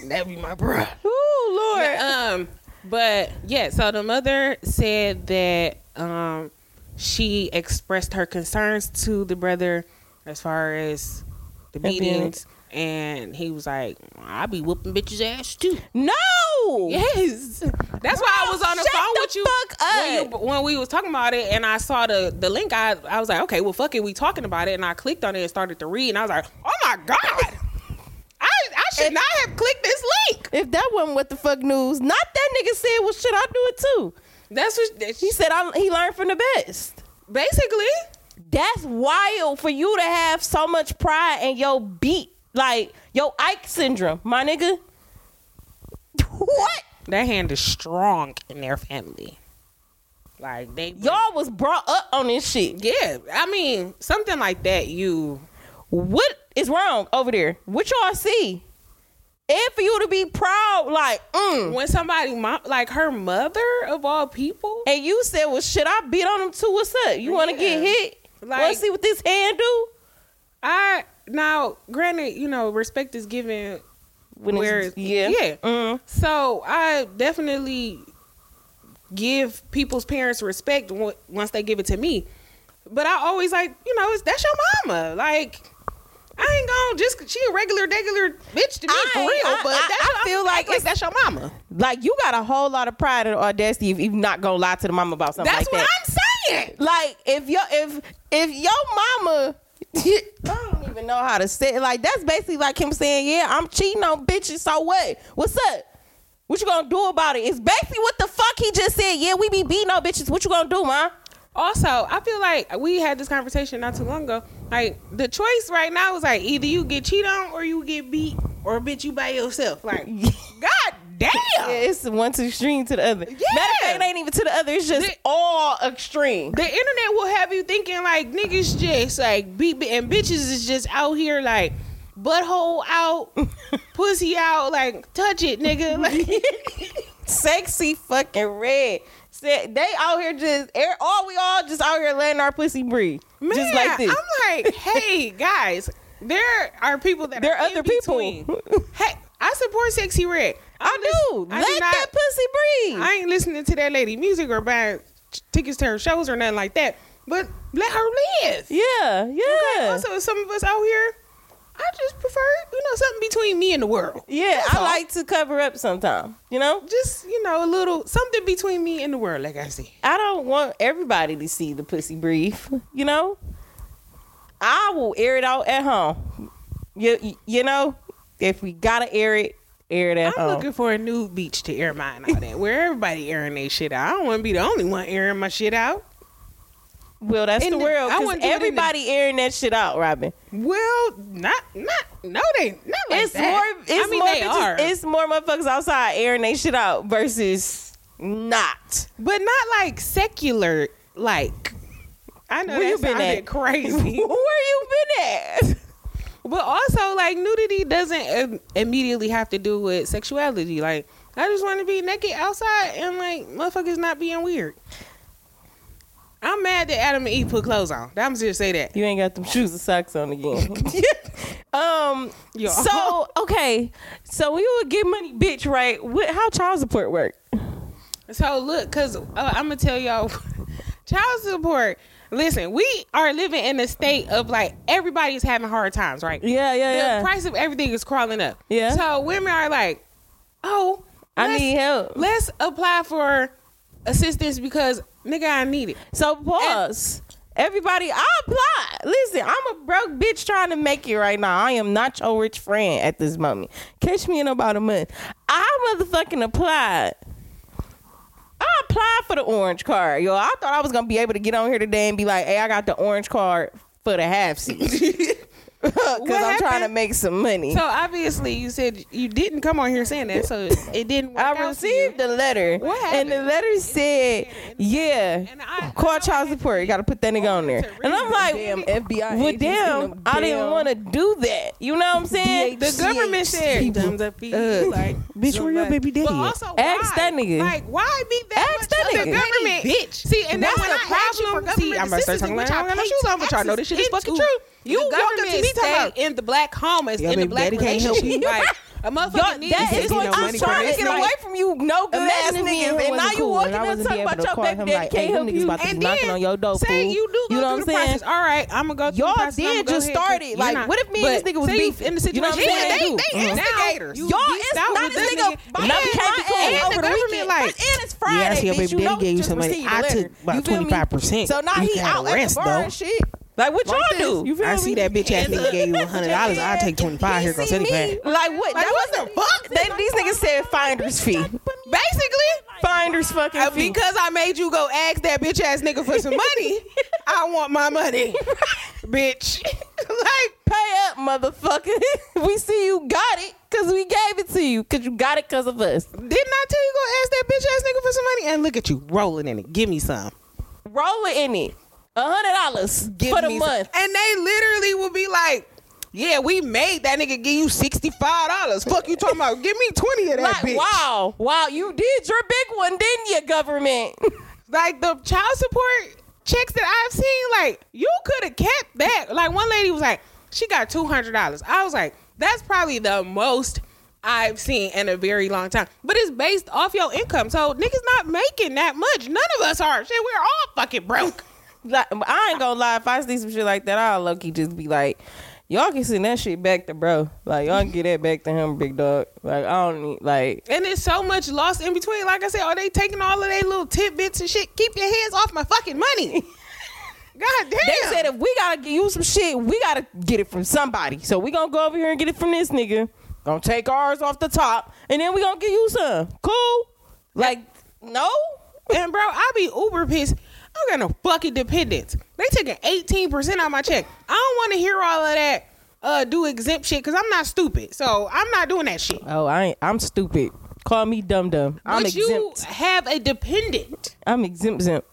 S3: That be my bruh.
S1: Oh lord.
S3: Um, but yeah, so the mother said that um, she expressed her concerns to the brother as far as the
S1: Abuse.
S3: meetings, and he was like, "I be whooping bitches ass too."
S1: no.
S3: Yes, that's why I was on the
S1: Shut
S3: phone
S1: the
S3: with you,
S1: fuck
S3: When you when we was talking about it, and I saw the the link. I I was like, okay, well, fuck it, we talking about it, and I clicked on it and started to read, and I was like, oh my god, I I should
S1: And-
S3: not have clicked this link.
S1: If that wasn't what the fuck news, not that nigga said. Well, shit, I do it too.
S3: That's what that
S1: He
S3: she
S1: said I, he learned from the best.
S3: basically.
S1: that's wild for you to have so much pride in your beat, like your Ike syndrome, my nigga. What?
S3: That hand is strong in their family. Like they
S1: Y'all was brought up on this shit.
S3: Yeah, I mean something like that. You
S1: What is wrong over there? What y'all see? And for you to be proud, like, mm.
S3: when somebody mo- like her mother of all people.
S1: And you said, well, shit, I beat on him too. What's up? You want to
S3: Yeah.
S1: get hit?
S3: Like-
S1: want to see what this hand do?
S3: I now granted you know respect is given
S1: When it's-
S3: Where-
S1: yeah.
S3: yeah.
S1: Mm.
S3: So I definitely give people's parents respect w- once they give it to me. But I always like, you know, it's, that's your mama. Like, I ain't gonna just she a regular, regular bitch to me
S1: I
S3: for real.
S1: ain't- I-
S3: but
S1: I-
S3: that's
S1: I
S3: your-
S1: feel
S3: act
S1: like it's-
S3: that's your mama.
S1: Like, you got a whole lot of pride and audacity if you're not going to lie to the mom about something
S3: That's
S1: like
S3: what
S1: that.
S3: I'm saying.
S1: like if your if if your mama I don't even know how to say it. Like that's basically like him saying, "Yeah, I'm cheating on bitches. So what? What's up? What you gonna do about it?" It's basically what the fuck he just said. Yeah, we be beating on bitches. What you gonna do, ma?
S3: Also, I feel like we had this conversation not too long ago. Like the choice right now is like either you get cheated on or you get beat or bitch you by yourself. Like, god damn.
S1: Yeah, it's one to extreme to the other. Matter of fact, it ain't even to the other. It's just
S3: The-
S1: all extreme.
S3: the internet will have you thinking like niggas just like beat and bitches is just out here like butthole out, pussy out, like touch it, nigga. Like
S1: sexy fucking red. Said they out here just air all we all just out here letting our pussy breathe.
S3: Man,
S1: just like this.
S3: I'm like, hey guys, there are people that
S1: There
S3: are
S1: are other
S3: in
S1: people.
S3: between. hey, I support sexy red.
S1: I do.
S3: I
S1: Let
S3: do not-
S1: that pussy breathe.
S3: I ain't listening to that lady music or buying t- tickets to her shows or nothing like that. But let her live.
S1: yeah, yeah.
S3: Also, some of us out here, I just prefer you know something between me and the world.
S1: yeah,
S3: That's
S1: I
S3: all.
S1: like to cover up sometime, you know?
S3: just you know a little something between me and the world, like I said.
S1: I don't want everybody to see the pussy breathe, you know? I will air it out at home. You, you- you know, if we gotta air it, air it at
S3: I'm
S1: home.
S3: looking for a new beach to air mine out at, where everybody airing their shit out. I don't want to be the only one airing my shit out.
S1: well, that's
S3: in
S1: the
S3: the-
S1: world.
S3: I
S1: 'cause
S3: wouldn't do it in the-
S1: everybody airing that shit out, Robin.
S3: Well, not not no, they not like
S1: it's
S3: that.
S1: more. It's
S3: I mean,
S1: more.
S3: they
S1: bitches-
S3: are,
S1: It's more motherfuckers outside airing they shit out versus not.
S3: but not like secular. Like I know
S1: Where you
S3: that
S1: been
S3: sounded
S1: at?
S3: crazy,
S1: Where you been at?
S3: but also like nudity doesn't um, immediately have to do with sexuality. Like I just want to be naked outside and like motherfuckers not being weird. I'm mad that Adam and Eve put clothes on. I'm just gonna say that.
S1: You ain't got them shoes and socks on again. um.
S3: Yeah.
S1: So okay. So we would get money, bitch. Right? What? How child support work?
S3: So look, cause uh, I'm gonna tell y'all, child support. Listen, we are living in a state of like everybody's having hard times, right?
S1: Yeah, yeah,
S3: The
S1: yeah.
S3: price of everything is crawling up.
S1: Yeah.
S3: So women are like, oh,
S1: I
S3: let's-
S1: need help.
S3: Let's apply for assistance because nigga, I need it.
S1: So pause. Everybody, I apply. Listen, I'm a broke bitch trying to make it right now. I am not your rich friend at this moment. Catch me in about a month. I motherfucking applied. I applied for the orange card, yo. I thought I was gonna be able to get on here today and be like, "Hey, I got the orange card for the half seat." Because I'm trying to
S3: happened?
S1: make some money.
S3: So obviously, you said you didn't come on here saying that, so it didn't. Work out for
S1: I
S3: you.
S1: received a letter,
S3: What
S1: and the
S3: happened?
S1: letter said, "Yeah,
S3: And I-
S1: call
S3: I
S1: child support. You got to put that nigga on there."
S3: to
S1: And I'm
S3: read
S1: like,
S4: Damn FBI
S1: "Well,
S4: agents
S1: damn,
S4: and them
S1: I didn't
S4: damn-
S1: want to do that." You know what I'm saying?
S3: The government said, "Thumbs up for you," like.
S1: Uh, bitch, where your baby daddy?
S3: But also,
S1: Ask
S3: why?
S1: that nigga.
S3: Like, why be that
S1: Ask
S3: much
S1: that
S3: of the
S1: nigga.
S3: government, bitch? See, and that's
S4: Why
S3: when
S4: would
S3: the
S4: I ask you for
S3: problem.
S4: government
S3: See, I'm about to start
S4: assistance
S3: talking
S4: when
S3: like I
S4: y'all
S3: don't got no
S4: pay
S3: shoes on, but y'all know this shit is
S4: taxes
S3: fucking
S4: into-
S3: true.
S4: The
S3: You walk up to
S4: government
S3: me
S4: stay
S3: talking in the black home and
S4: Your
S3: in the
S4: baby
S3: black
S4: daddy can't help
S3: relationship. like a motherfucker
S1: Yo,
S3: needs
S1: that
S3: to
S1: is
S4: you
S1: what
S4: know,
S1: I'm
S4: money
S1: trying to get
S4: from this.
S1: away from you, no good ass
S4: Imagine if
S1: niggas,
S4: me and him
S1: and now
S4: wasn't
S1: you
S4: cool
S1: walking
S4: and I
S1: up
S4: wasn't
S1: talking
S4: be able
S1: about
S4: to
S1: your
S4: call
S1: baby
S4: him
S1: daddy
S4: like,
S1: can't
S4: "Hey,
S1: help
S4: them niggas
S1: you,
S4: about to be
S1: and
S4: knocking
S1: then
S4: on your door,
S1: say
S4: fool."
S1: you do go
S3: you
S1: through
S3: know what I'm
S1: the
S3: saying?
S1: process.
S3: All right, I'm gonna go through
S1: Y'all
S3: the process.
S1: did
S3: I'ma go
S1: just
S3: ahead and
S1: started,
S3: you're
S1: like,
S3: not-
S1: what if me and this
S3: but
S1: nigga was
S3: say you
S1: beefing?
S3: In the
S1: You know what I'm
S3: situation,
S4: saying?
S3: they, they
S4: They- they
S3: instigators.
S4: instigators.
S1: Y'all, it's not this nigga.
S3: And,
S1: And,
S4: Y'all can't be cool
S1: and,
S3: and
S1: and
S3: the
S1: the government
S3: government like,
S1: like, and it's Friday,
S4: Yeah, I see your
S1: bitch.
S4: baby
S1: you know
S4: daddy gave you
S1: just
S4: some money.
S1: received a
S4: I
S1: letter.
S4: took about
S1: You feel me?
S4: 25%.
S1: So now
S4: You
S1: he
S4: got
S1: out at the
S4: arrested,
S1: bar
S4: though.
S1: and shit. Like what y'all do? You feel
S4: I
S1: me?
S4: see that bitch ass nigga gave you $100. I'll take 25 Here
S1: He
S4: goes
S1: see
S4: any
S1: me.
S4: pad.
S1: Like what? that
S3: what
S1: wasn't-
S3: the fuck?
S1: They, these niggas said finder's fee.
S3: basically,
S1: Finder's fucking
S3: Uh,
S1: fee.
S3: because I made you go ask that bitch ass nigga for some money, I want my money, bitch. like,
S1: pay up, motherfucker. we see you got it because we gave it to you because you got it because of us.
S3: didn't I tell you go ask that bitch ass nigga for some money? And look at you rolling in it. Give me some.
S1: Roll it in it. A hundred dollars
S3: Give
S1: for the
S3: me some.
S1: month.
S3: And they literally will be like, "Yeah, we made that nigga give you sixty five dollars. Fuck you talking about? Give me twenty of that
S1: Like
S3: bitch."
S1: wow, wow, you did your big one, didn't you, government?
S3: Like the child support checks that I've seen, like you could have kept that. Like one lady was like, she got two hundred dollars. I was like, that's probably the most I've seen in a very long time. But it's based off your income, so niggas not making that much. None of us are. Shit, we're all fucking broke.
S1: like, I ain't gonna lie, if I see some shit like that, I'll low key just be like, y'all can send that shit back to bro. Like y'all can get that back to him, big dog. Like I don't need like.
S3: And there's so much lost in between. Like I said, are they taking all of their little tidbits and shit? Keep your hands off my fucking money. God damn.
S1: They said if we gotta get you some shit, we gotta get it from somebody. So we gonna go over here and get it from this nigga. Gonna take ours off the top, and then we gonna give you some. Cool? Like no?
S3: and bro, I be uber pissed. I don't got no fucking dependents. They taking 18% out my check. I don't want to hear all of that uh do exempt shit because I'm not stupid. So I'm not doing that shit.
S1: Oh, I ain't, I'm stupid. Call me dumb dumb. I'm
S3: but
S1: exempt.
S3: you have a dependent.
S1: I'm exempt. exempt.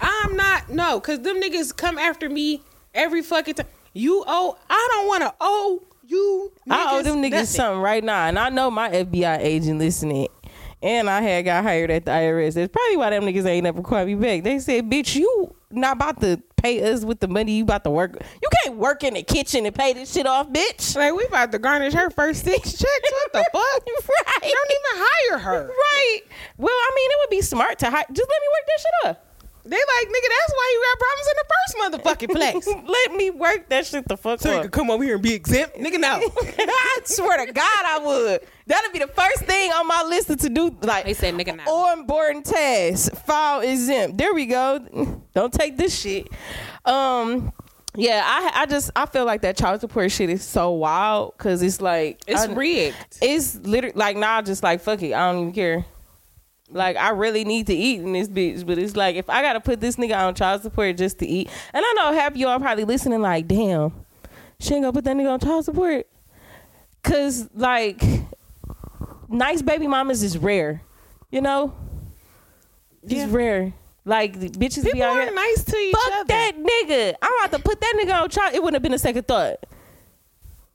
S3: I'm not no, cause them niggas come after me every fucking time. You owe I don't wanna owe you
S1: I owe
S3: niggas
S1: them niggas
S3: nothing.
S1: something right now, and I know my FBI agent listening, and I had got hired at the IRS. That's probably why them niggas ain't never called me back. They said, "Bitch, you not about to pay us with the money you about to work. You can't work in the kitchen and pay this shit off, bitch."
S3: Like we about to garnish her first six checks. What the fuck?
S1: Right.
S3: Don't even hire her.
S1: Right. Well, I mean, it would be smart to hi- just let me work that shit off.
S3: They like, nigga, that's why you got problems in the first motherfucking place.
S1: Let me work that shit the fuck
S3: so you
S1: up.
S3: could come over here and be exempt? Nigga, no.
S1: I swear to God, I would. That'd be the first thing on my list to do. Like
S3: They said, "Nigga, nah."
S1: onboarding tasks, file exempt. There we go. Don't take this shit. Um, yeah, I I just I feel like that child support shit is so wild because it's like
S3: It's
S1: I-
S3: rigged.
S1: It's literally like now, just like fuck it, I don't even care. Like I really need to eat in this bitch, but it's like if I gotta put this nigga on child support just to eat, and I know half of y'all probably listening like, damn, she ain't gonna put that nigga on child support, cause like, nice baby mamas is rare, you know,
S3: Yeah.
S1: it's rare. Like the bitches be
S3: People
S1: out
S3: are
S1: here.
S3: nice to each
S1: Fuck
S3: other.
S1: that nigga. I'm about to put that nigga on trial. It wouldn't have been a second thought.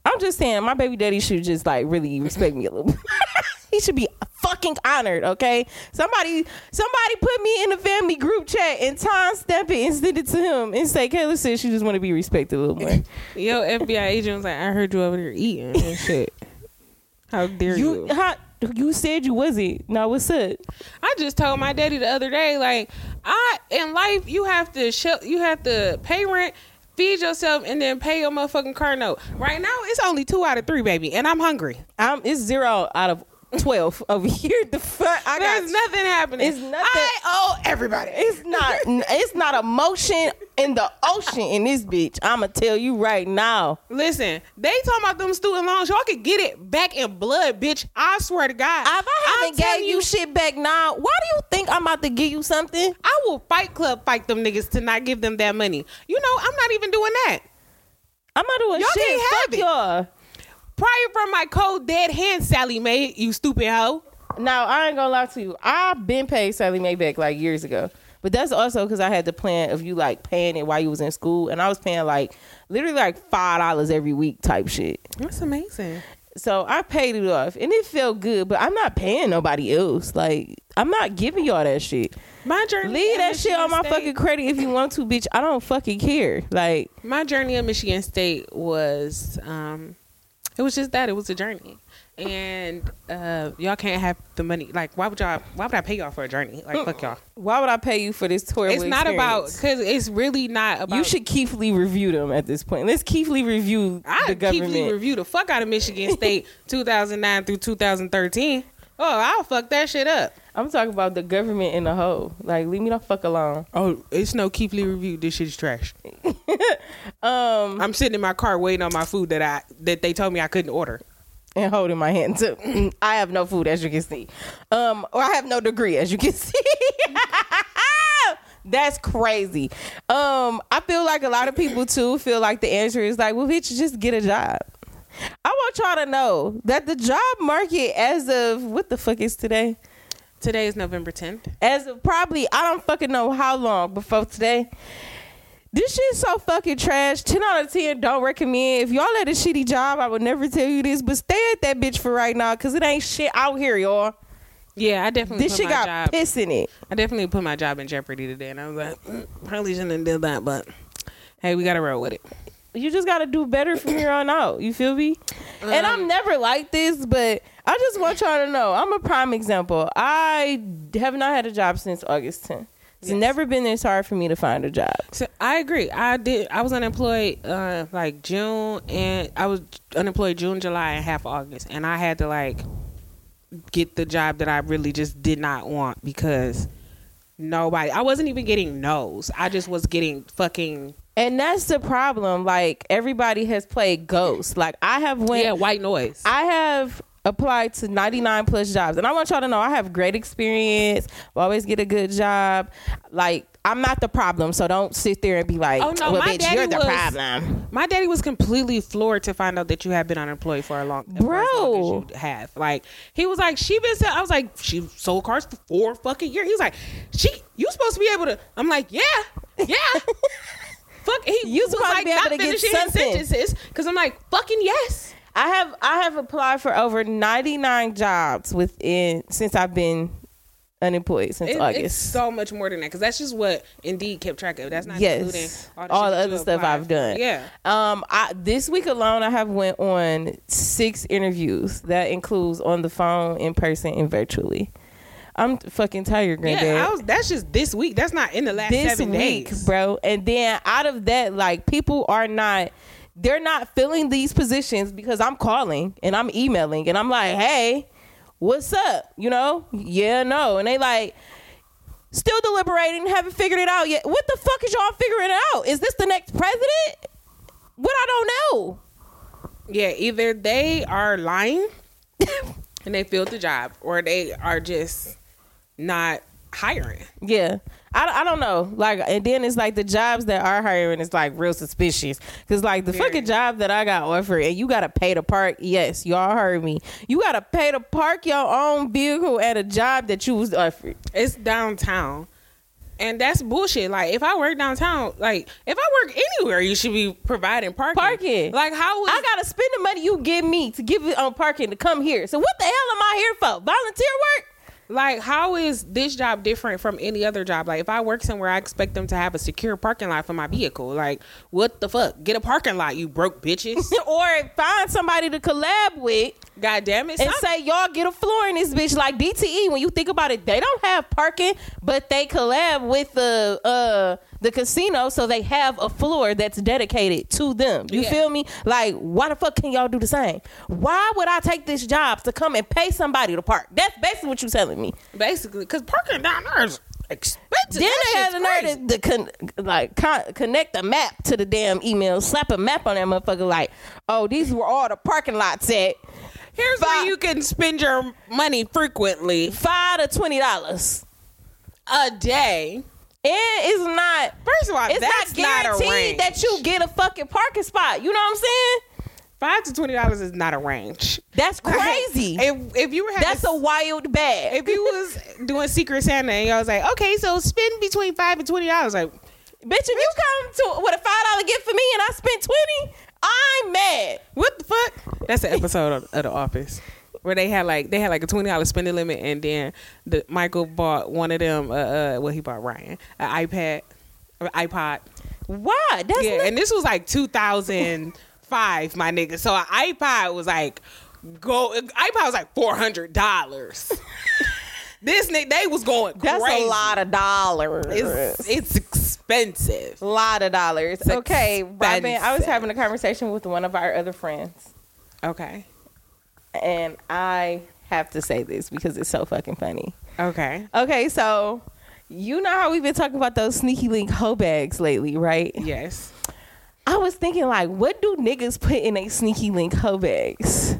S1: I'm just saying, my baby daddy should just like really respect me a little bit. he should be fucking honored, okay? Somebody, somebody put me in the family group chat and timestamp it and send it to him and say, Kayla said she just want to be respected a little more.
S3: Yo, FBI agent was like, I heard you over there eating and shit. How dare you?
S1: you, how, you said you wasn't. Now what's up?
S3: I just told my daddy the other day, like, I in life you have to shel- you have to pay rent, feed yourself, and then pay your motherfucking car note. Right now, it's only two out of three, baby, and I'm hungry.
S1: I'm it's zero out of twelve over here. The fuck, I got
S3: There's nothing happening.
S1: It's nothing.
S3: I uh, owe everybody.
S1: It's not. it's not a motion in the ocean in this bitch. I'ma tell you right now.
S3: Listen, they talking about them student loans. Y'all could get it back in blood, bitch. I swear to God.
S1: If I haven't
S3: I'm
S1: gave
S3: telling
S1: you, shit back now, why do you think I'm about to give you something?
S3: I will fight club fight them niggas to not give them that money. You know, I'm not even doing that.
S1: I'm not doing
S3: Y'all
S1: shit.
S3: can't have
S1: Fuck
S3: it.
S1: y'all.
S3: Prior from my cold dead hand, Sally Mae, you stupid hoe.
S1: Now I ain't gonna lie to you. I've been paid Sally Mae back like years ago, but that's also because I had the plan of you like paying it while you was in school, and I was paying like literally like five dollars every week type shit.
S3: That's amazing.
S1: So I paid it off, and it felt good. But I'm not paying nobody else. Like I'm not giving y'all that shit.
S3: My journey.
S1: Leave
S3: at
S1: that shit
S3: Michigan
S1: on my
S3: State-
S1: fucking credit if you want to, bitch. I don't fucking care. Like,
S3: My journey at Michigan State was, um, it was just that. It was a journey, and uh, y'all can't have the money. Like, why would y'all? Why would I pay y'all for a journey? Like, fuck y'all.
S1: why would I pay you for this terrible?
S3: It's not about
S1: experience?
S3: because it's really not about.
S1: You should Keefly review them at this point. Let's Keefly review
S3: I
S1: the government.
S3: keeply review the fuck out of Michigan State 2009 through 2013. Oh, I'll fuck that shit up.
S1: I'm talking about the government in the whole. Like, leave me the fuck alone.
S3: Oh, it's no Keepley review. This shit's trash. um, I'm sitting in my car waiting on my food that I that they told me I couldn't order.
S1: And holding my hand too. I have no food, as you can see. Um, or I have no degree, as you can see. That's crazy. Um, I feel like a lot of people too feel like the answer is like, well, bitch, just get a job. I want y'all to know that the job market as of what the fuck is today?
S3: Today is November 10th.
S1: As of probably I don't fucking know how long before today. This shit's so fucking trash. Ten out of ten. Don't recommend. If y'all at a shitty job, I would never tell you this, but stay at that bitch for right now, cause it ain't shit out here, y'all.
S3: Yeah, I definitely
S1: This
S3: put
S1: shit
S3: my
S1: got
S3: job.
S1: piss in it.
S3: I definitely put my job in jeopardy today, and I was like, "Mm, probably shouldn't have did that, but hey, we gotta roll with it.
S1: you just gotta do better from here on out. You feel me? and I'm never like this, but I just want y'all to know I'm a prime example. I have not had a job since August 10th. It's never been this hard for me to find a job.
S3: So I agree. I did. I was unemployed uh, like June, and I was unemployed June, July, and half August, and I had to like get the job that I really just did not want because nobody. I wasn't even getting no's. I just was getting fucking
S1: And that's the problem. Like everybody has played ghost. Like I have went
S3: yeah white noise.
S1: I have applied to 99 plus jobs and I want y'all to know I have great experience. I always get a good job. Like I'm not the problem, so don't sit there and be like,
S3: Oh, no,
S1: well,
S3: my
S1: bitch, you're
S3: daddy
S1: the
S3: was-
S1: problem."
S3: My daddy was completely floored to find out that you have been unemployed for a long, for as long
S1: Bro.
S3: as you have. Like he was like, she been. Sell-. I was like, she sold cars for four fucking years. He was like, she, you supposed to be able to. I'm like, yeah, yeah. Fuck, he
S1: You
S3: was
S1: supposed to
S3: like
S1: be able
S3: not
S1: to get
S3: finishing his
S1: something.
S3: sentences because I'm like, fucking yes.
S1: I have I have applied for over 99 jobs within since I've been unemployed since
S3: It-
S1: August.
S3: It's so much more than that because that's just what Indeed kept track of. That's not including
S1: yes, all
S3: all
S1: the,
S3: the, shit that
S1: other
S3: you
S1: stuff
S3: applied
S1: I've
S3: for.
S1: done.
S3: Yeah,
S1: Um, I this week alone I have went on six interviews. That includes on the phone, in person, and virtually. I'm fucking tired, granddad.
S3: yeah. I was, that's just this week. That's not in the last
S1: this
S3: seven
S1: week,
S3: days.
S1: bro. And then out of that, like people are not they're not filling these positions because I'm calling and I'm emailing and I'm like, hey, what's up? You know? Yeah, no. And they like still deliberating, haven't figured it out yet. What the fuck is y'all figuring out? Is this the next president? What I don't know.
S3: Yeah, either they are lying and they filled the job, or they are just not hiring.
S1: Yeah. I, I don't know. Like, and then it's like the jobs that are hiring is like real suspicious. Cause like the
S3: Very.
S1: fucking job that I got offered and you gotta pay to park. Yes, y'all heard me. You gotta pay to park your own vehicle at a job that you was offered.
S3: It's downtown. And that's bullshit. Like, if I work downtown, like, if I work anywhere, you should be providing parking.
S1: Parking.
S3: Like, how is
S1: I gotta spend the money you give me to give it on parking to come here. So what the hell am I here for? Volunteer work?
S3: Like, how is this job different from any other job? Like, if I work somewhere, I expect them to have a secure parking lot for my vehicle. Like, what the fuck? Get a parking lot, you broke bitches.
S1: or find somebody to collab with
S3: God damn it.
S1: and
S3: some-
S1: say y'all get a floor in this bitch like DTE. When you think about it, they don't have parking, but they collab with the uh the casino, so they have a floor that's dedicated to them. You
S3: Yeah.
S1: feel me? Like, why the fuck can y'all do the same? Why would I take this job to come and pay somebody to park? That's basically what you're telling me.
S3: basically, because parking down there is expensive.
S1: Then
S3: That
S1: they had
S3: shit's
S1: the
S3: crazy.
S1: nerve to, to con- like con- connect a map to the damn email, slap a map on that motherfucker. Like, oh, these were all the parking lots at
S3: Here's
S1: Fuck.
S3: where you can spend your money frequently
S1: five to twenty dollars.
S3: a day.
S1: It is not.
S3: First of all,
S1: It's
S3: that's
S1: not guaranteed
S3: a range.
S1: that you get a fucking parking spot. You know what I'm saying?
S3: five to twenty dollars is not a range.
S1: That's crazy.
S3: if if you were having
S1: That's a wild bag.
S3: if you was doing Secret Santa and y'all was like, okay, so spend between five and twenty dollars, like
S1: Bitch, if you come to with a five dollar gift for me and I spent twenty, I'm mad.
S3: what the fuck? That's an episode of, of The Office where they had like they had like a twenty dollars spending limit, and then the Michael bought one of them. Uh, uh well, he bought Ryan an iPad, an iPod.
S1: Why? That's
S3: yeah,
S1: not-
S3: and this was like 2005, my nigga. So an iPod was like go iPod was like four hundred dollars. this nigga they was going
S1: that's
S3: crazy.
S1: a lot of dollars.
S3: It's it's expensive.
S1: lot of dollars. okay, Robin, I was
S3: expensive.
S1: having a conversation with one of our other friends,
S3: Okay.
S1: and I have to say this because it's so fucking funny.
S3: Okay.
S1: Okay, so you know how we've been talking about those sneaky link hoe bags lately, right?
S3: Yes.
S1: I was thinking like, what do niggas put in a sneaky link hoe bags?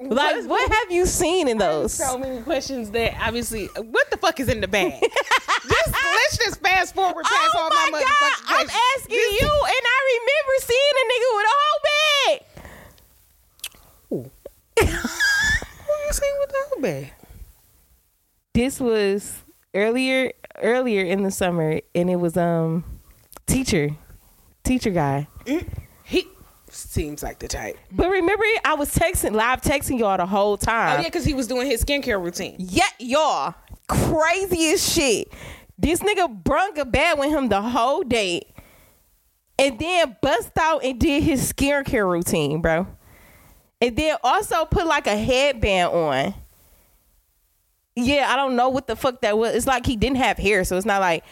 S1: Like, what, have you seen in those?
S3: So many questions that obviously what the fuck is in the bag? just, let's just fast forward past
S1: oh
S3: all
S1: my,
S3: my
S1: god!
S3: motherfucking
S1: I'm
S3: questions.
S1: asking you, and I remember seeing a nigga with a hoe bag.
S3: What you see with the whole bag?
S1: This was earlier, earlier in the summer, and it was um, teacher, teacher guy.
S3: He seems like the type.
S1: But remember, I was texting, live texting y'all the whole time.
S3: Oh yeah, because he was doing his skincare routine.
S1: Yeah, y'all. Crazy as shit. This nigga brung a bag with him the whole day. And then bust out and did his skincare routine, bro. And then also put like a headband on. Yeah, I don't know what the fuck that was. It's like he didn't have hair, so it's not like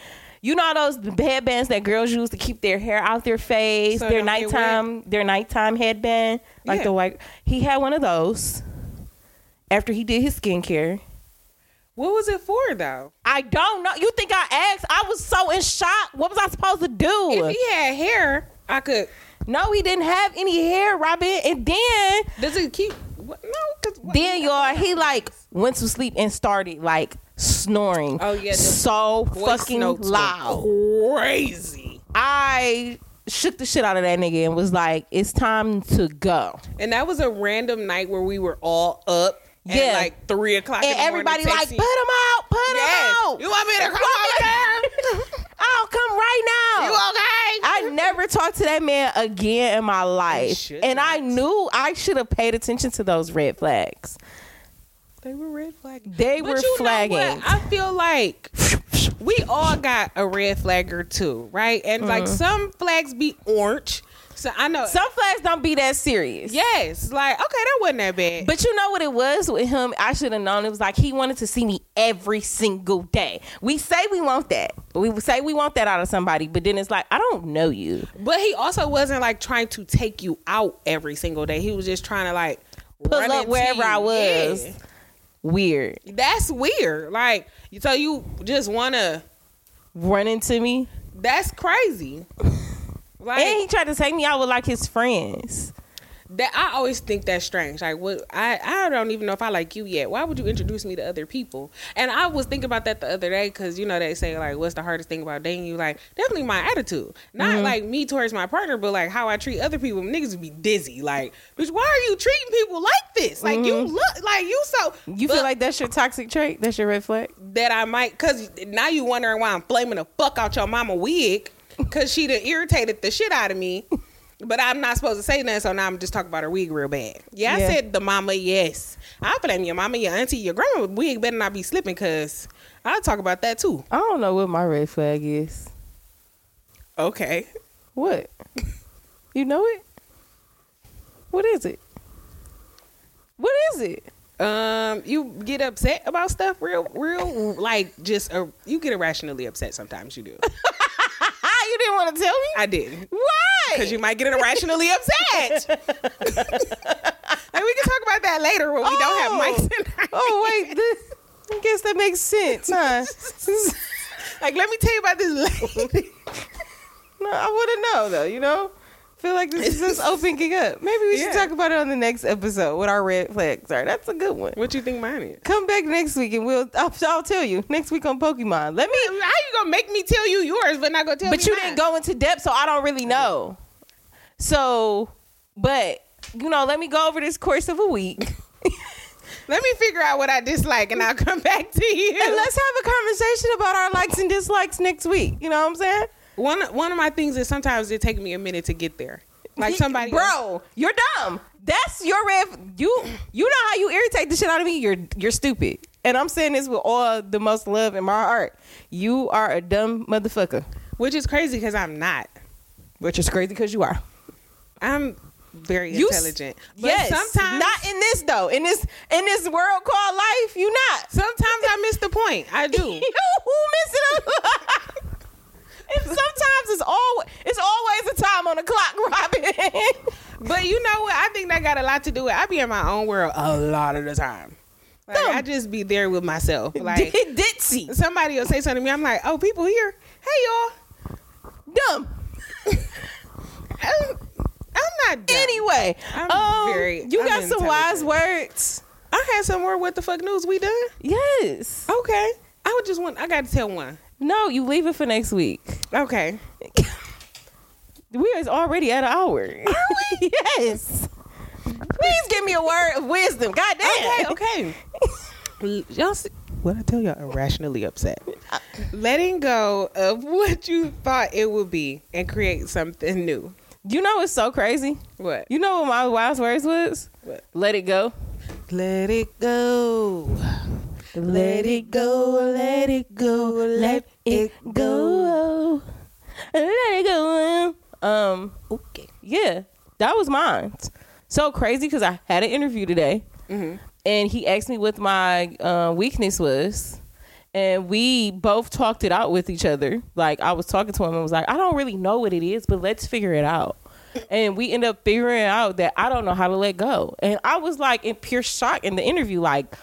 S1: you know all those headbands that girls use to keep their hair out their face,
S3: So it
S1: their
S3: don't get wet?
S1: nighttime, their nighttime headband, like
S3: Yeah.
S1: the white. He had one of those after he did his skincare.
S3: What was it for though?
S1: I don't know. You think I asked? I was so in shock. What was I supposed to do?
S3: If he had hair, I could.
S1: no, he didn't have any hair, Robin. And then,
S3: Does it keep? What, no, because
S1: then y'all, he like went to sleep and started like snoring.
S3: Oh, yeah, the
S1: so fucking loud.
S3: crazy.
S1: I shook the shit out of that nigga and was like, "It's time to go."
S3: And that was a random night where we were all up.
S1: Yeah.
S3: at like three o'clock. in
S1: And
S3: the
S1: everybody
S3: morning,
S1: like, "Put him
S3: texting,
S1: out! Put him
S3: yes.
S1: out!
S3: You want me to come over there?
S1: I'll come right now."
S3: You okay?
S1: I never talked to that man again in my life,
S3: should
S1: and I knew I should have paid attention to those red flags.
S3: They were red flagging.
S1: They were flagging.
S3: Know what? I feel like we all got a red flagger too, right? And like some flags be orange. So I know.
S1: Mm-hmm. Some flags don't be that serious.
S3: yes, like okay, that wasn't that bad.
S1: But you know what it was with him? I should have known. It was like he wanted to see me every single day. We say we want that. We say we want that out of somebody, but then it's like, I don't know you.
S3: But he also wasn't like trying to take you out every single day. He was just trying to like
S1: Pull
S3: run
S1: up
S3: into
S1: wherever
S3: you.
S1: I was.
S3: Yeah.
S1: Weird.
S3: That's weird. Like so you just wanna
S1: Run into me.
S3: that's crazy. Like
S1: and he tried to take me out with like his friends.
S3: that I always think that's strange. Like what I, I don't even know if I like you yet. Why would you introduce me to other people? And I was thinking about that the other day because you know they say like what's the hardest thing about dating you? Like definitely my attitude. Not
S1: Mm-hmm.
S3: like me towards my partner, but like how I treat other people. Niggas would be dizzy. Like, bitch, why are you treating people like this? Like you look like you so
S1: Mm-hmm. You
S3: But-
S1: feel like that's your toxic trait? That's your red flag?
S3: that I might cause now you wondering why I'm flaming the fuck out your mama wig cause she done irritated the shit out of me. But I'm not supposed to say nothing, so now I'm just talking about her wig real bad. Yeah,
S1: Yeah.
S3: I said the mama, yes. I blame your mama, your auntie, your grandma wig better not be slipping cause I'll talk about that too.
S1: I don't know what my red flag is.
S3: Okay.
S1: What? you know it? What is it? What is it?
S3: Um, you get upset about stuff real real like just uh you get irrationally upset sometimes you do.
S1: Ah, you didn't want to tell me?
S3: I did.
S1: Why?
S3: Because you might get irrationally upset. like we can talk about that later when we
S1: Oh.
S3: don't have mics. In our
S1: Oh wait, this, I guess that makes sense, huh? Oh.
S3: Like let me tell you about this lady.
S1: No, I want to know though. You know, feel like this is just opening up. Maybe we should
S3: Yeah.
S1: talk about it on the next episode. What our red flags are. That's a good one.
S3: what you think mine is?
S1: Come back next week and we'll. I'll, I'll tell you next week on Pokemon. Let me.
S3: How you gonna make me tell you yours, but not gonna tell me?
S1: But you
S3: mine?
S1: didn't go into depth, so I don't really know. So, but you know, let me go over this course of a week.
S3: Let me figure out what I dislike, and I'll come back to you.
S1: And let's have a conversation about our likes and dislikes next week. You know what I'm saying?
S3: one one of my things is sometimes it takes me a minute to get there. Like
S1: Y-
S3: somebody,
S1: bro you're dumb that's your red you you know how you irritate the shit out of me you're you're stupid and i'm saying this with all the most love in my heart you are a dumb motherfucker
S3: which is crazy because I'm not.
S1: which is crazy because you are
S3: I'm very
S1: You s-
S3: intelligent. But
S1: yes
S3: sometimes
S1: not in this though in this in this world called life you not
S3: Sometimes I miss the point. I do.
S1: you who miss it up and sometimes it's all it's always a time on the clock robin
S3: But you know what? I think that got a lot to do with I be in my own world a lot of the time. Like,
S1: Dumb.
S3: I just be there with myself. Like
S1: ditzy
S3: somebody will say something to me, I'm like, oh, people here. Hey
S1: dumb
S3: y'all. I'm, I'm not. Dumb.
S1: Anyway,
S3: I'm
S1: um,
S3: very-
S1: you
S3: I'm
S1: got some wise
S3: intelligent.
S1: words.
S3: I had some more. What the fuck news? We done?
S1: Yes.
S3: Okay. I would just want. I got to tell one.
S1: No, you leave it for next week.
S3: Okay.
S1: We is already at an hour. Are we? yes. Please give me a word of wisdom. God damn.
S3: Okay. Okay. y'all. See, what I tell y'all? Irrationally upset. Letting go of what you thought it would be and create something new.
S1: You know what's so crazy?
S3: What?
S1: You know what my wise words was?
S3: What?
S1: Let it go.
S3: Let it go.
S1: Let it go. Let it go. Let it go. Let it go. Um.
S3: Okay.
S1: Yeah, that was mine. So crazy because I had an interview today, and he asked me what my uh, weakness was, and we both talked it out with each other. Like I was talking to him and was like, I don't really know what it is, but let's figure it out. And we end up figuring out that I don't know how to let go, and I was like in pure shock in the interview, like,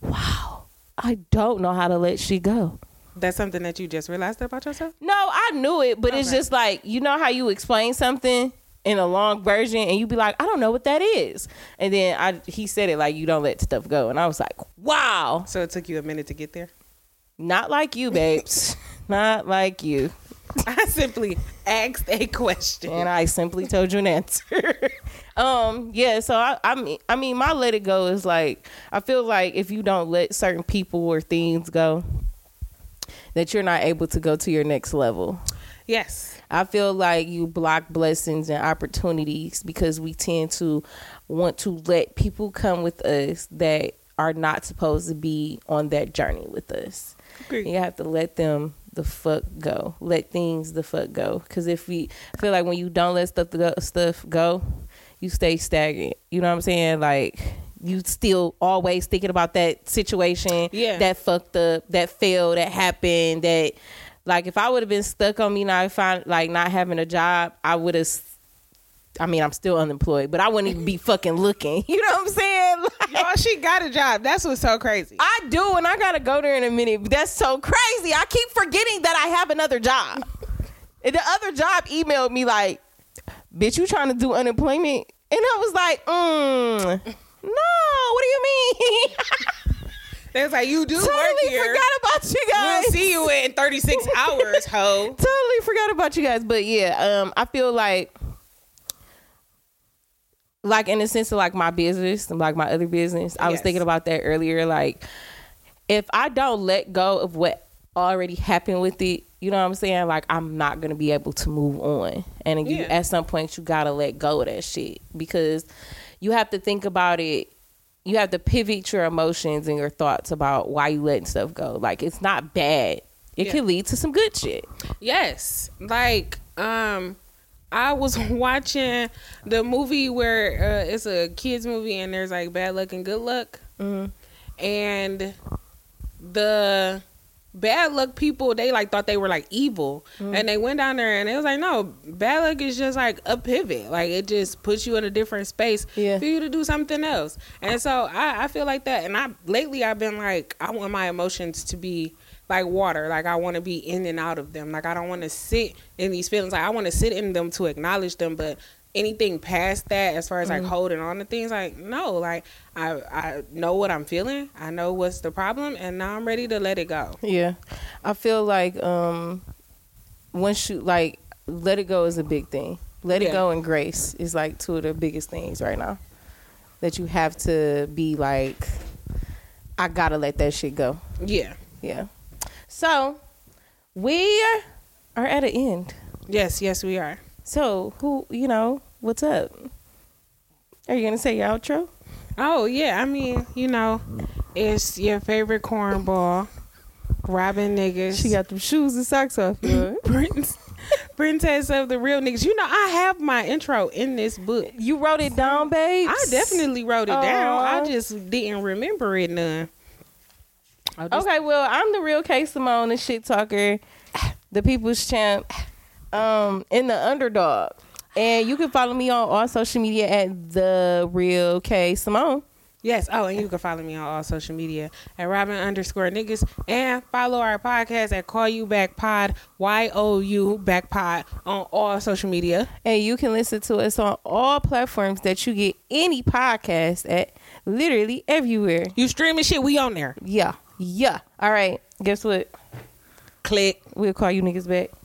S1: wow, I don't know how to let she go.
S3: That's something that you just realized about yourself?
S1: No, I knew it, but it's
S3: Okay.
S1: just like you know how you explain something in a long version, and you be like, "I don't know what that is," and then I he said it like you don't let stuff go, and I was like, "Wow,
S3: So it took you a minute to get there?
S1: not like you, babes, not like you."
S3: I simply asked a question.
S1: And I simply told you an answer. um, yeah. So I, I mean, I mean, my let it go is like I feel like if you don't let certain people or things go, that you're not able to go to your next level.
S3: Yes.
S1: I feel like you block blessings and opportunities because we tend to want to let people come with us that are not supposed to be on that journey with us.
S3: Agreed.
S1: You have to let them the fuck go. Let things the fuck go. Because if we I feel like when you don't let stuff go, stuff go, you stay stagnant. You know what I'm saying? Like you still always thinking about that situation
S3: Yeah.
S1: that fucked up, that failed, that happened, that like if I would have been stuck on me not find like not having a job, I would have. I mean, I'm still unemployed, but I wouldn't even be fucking looking. You know what I'm saying? Like,
S3: Y'all, she got a job. That's what's so crazy.
S1: I do, and I gotta go there in a minute. But that's so crazy. I keep forgetting that I have another job. and the other job emailed me like, "Bitch, you trying to do unemployment?" And I was like, mm, "No, what do you mean?"
S3: They was like, you do work
S1: totally
S3: here.
S1: forgot about you guys.
S3: We'll see you in 36 hours, ho.
S1: totally forgot about you guys but yeah um i feel like like in the sense of like my business and like my other business i was
S3: Yes.
S1: thinking about that earlier like if i don't let go of what already happened with it you know what i'm saying like i'm not gonna be able to move on and you
S3: Yeah.
S1: at some point you gotta let go of that shit because you have to think about it you have to pivot your emotions and your thoughts about why you letting stuff go like it's not bad it
S3: Yeah.
S1: can lead to some good shit
S3: Yes. Like, um, I was watching the movie where uh, it's a kids movie and there's like bad luck and good luck. And the bad luck people, they like thought they were like evil. And they went down there and it was like, no, bad luck is just like a pivot. Like it just puts you in a different space
S1: Yeah.
S3: for you to do something else. And so I, I feel like that. And I lately I've been like, I want my emotions to be like water. Like I want to be in and out of them. Like I don't want to sit in these feelings. Like I want to sit in them to acknowledge them, but anything past that as far as like holding on to things like no like i i know what i'm feeling i know what's the problem and now i'm ready to let it go
S1: Yeah. I feel like um once you like let it go is a big thing. Let it
S3: Yeah.
S1: go and grace is like two of the biggest things right now. That you have to be like I got to let that shit go.
S3: yeah
S1: Yeah. So, we are at an end.
S3: yes yes we are
S1: So, who, you know, what's up? Are you going to say your outro?
S3: Oh yeah, I mean, you know, it's your favorite cornball, robbing niggas.
S1: She got them shoes and socks off. you.
S3: Prince, princess of the real niggas. You know, I have my intro in this book.
S1: you wrote it down, babe.
S3: I definitely wrote it down.
S1: Aw.
S3: I just didn't remember it none. I just-
S1: Okay, well, I'm the real K Simone, the shit talker, the people's champ, um, and the underdog. And you can follow me on all social media at the real K Simone.
S3: Yes. Oh, and you can follow me on all social media at Robin underscore niggas and follow our podcast at Call You Back Pod Y O U Back Pod on all social media.
S1: And you can listen to us on all platforms that you get any podcast at, literally everywhere.
S3: You streaming shit, we on there.
S1: Yeah, yeah. All right, guess what?
S3: Click.
S1: We'll call you niggas back.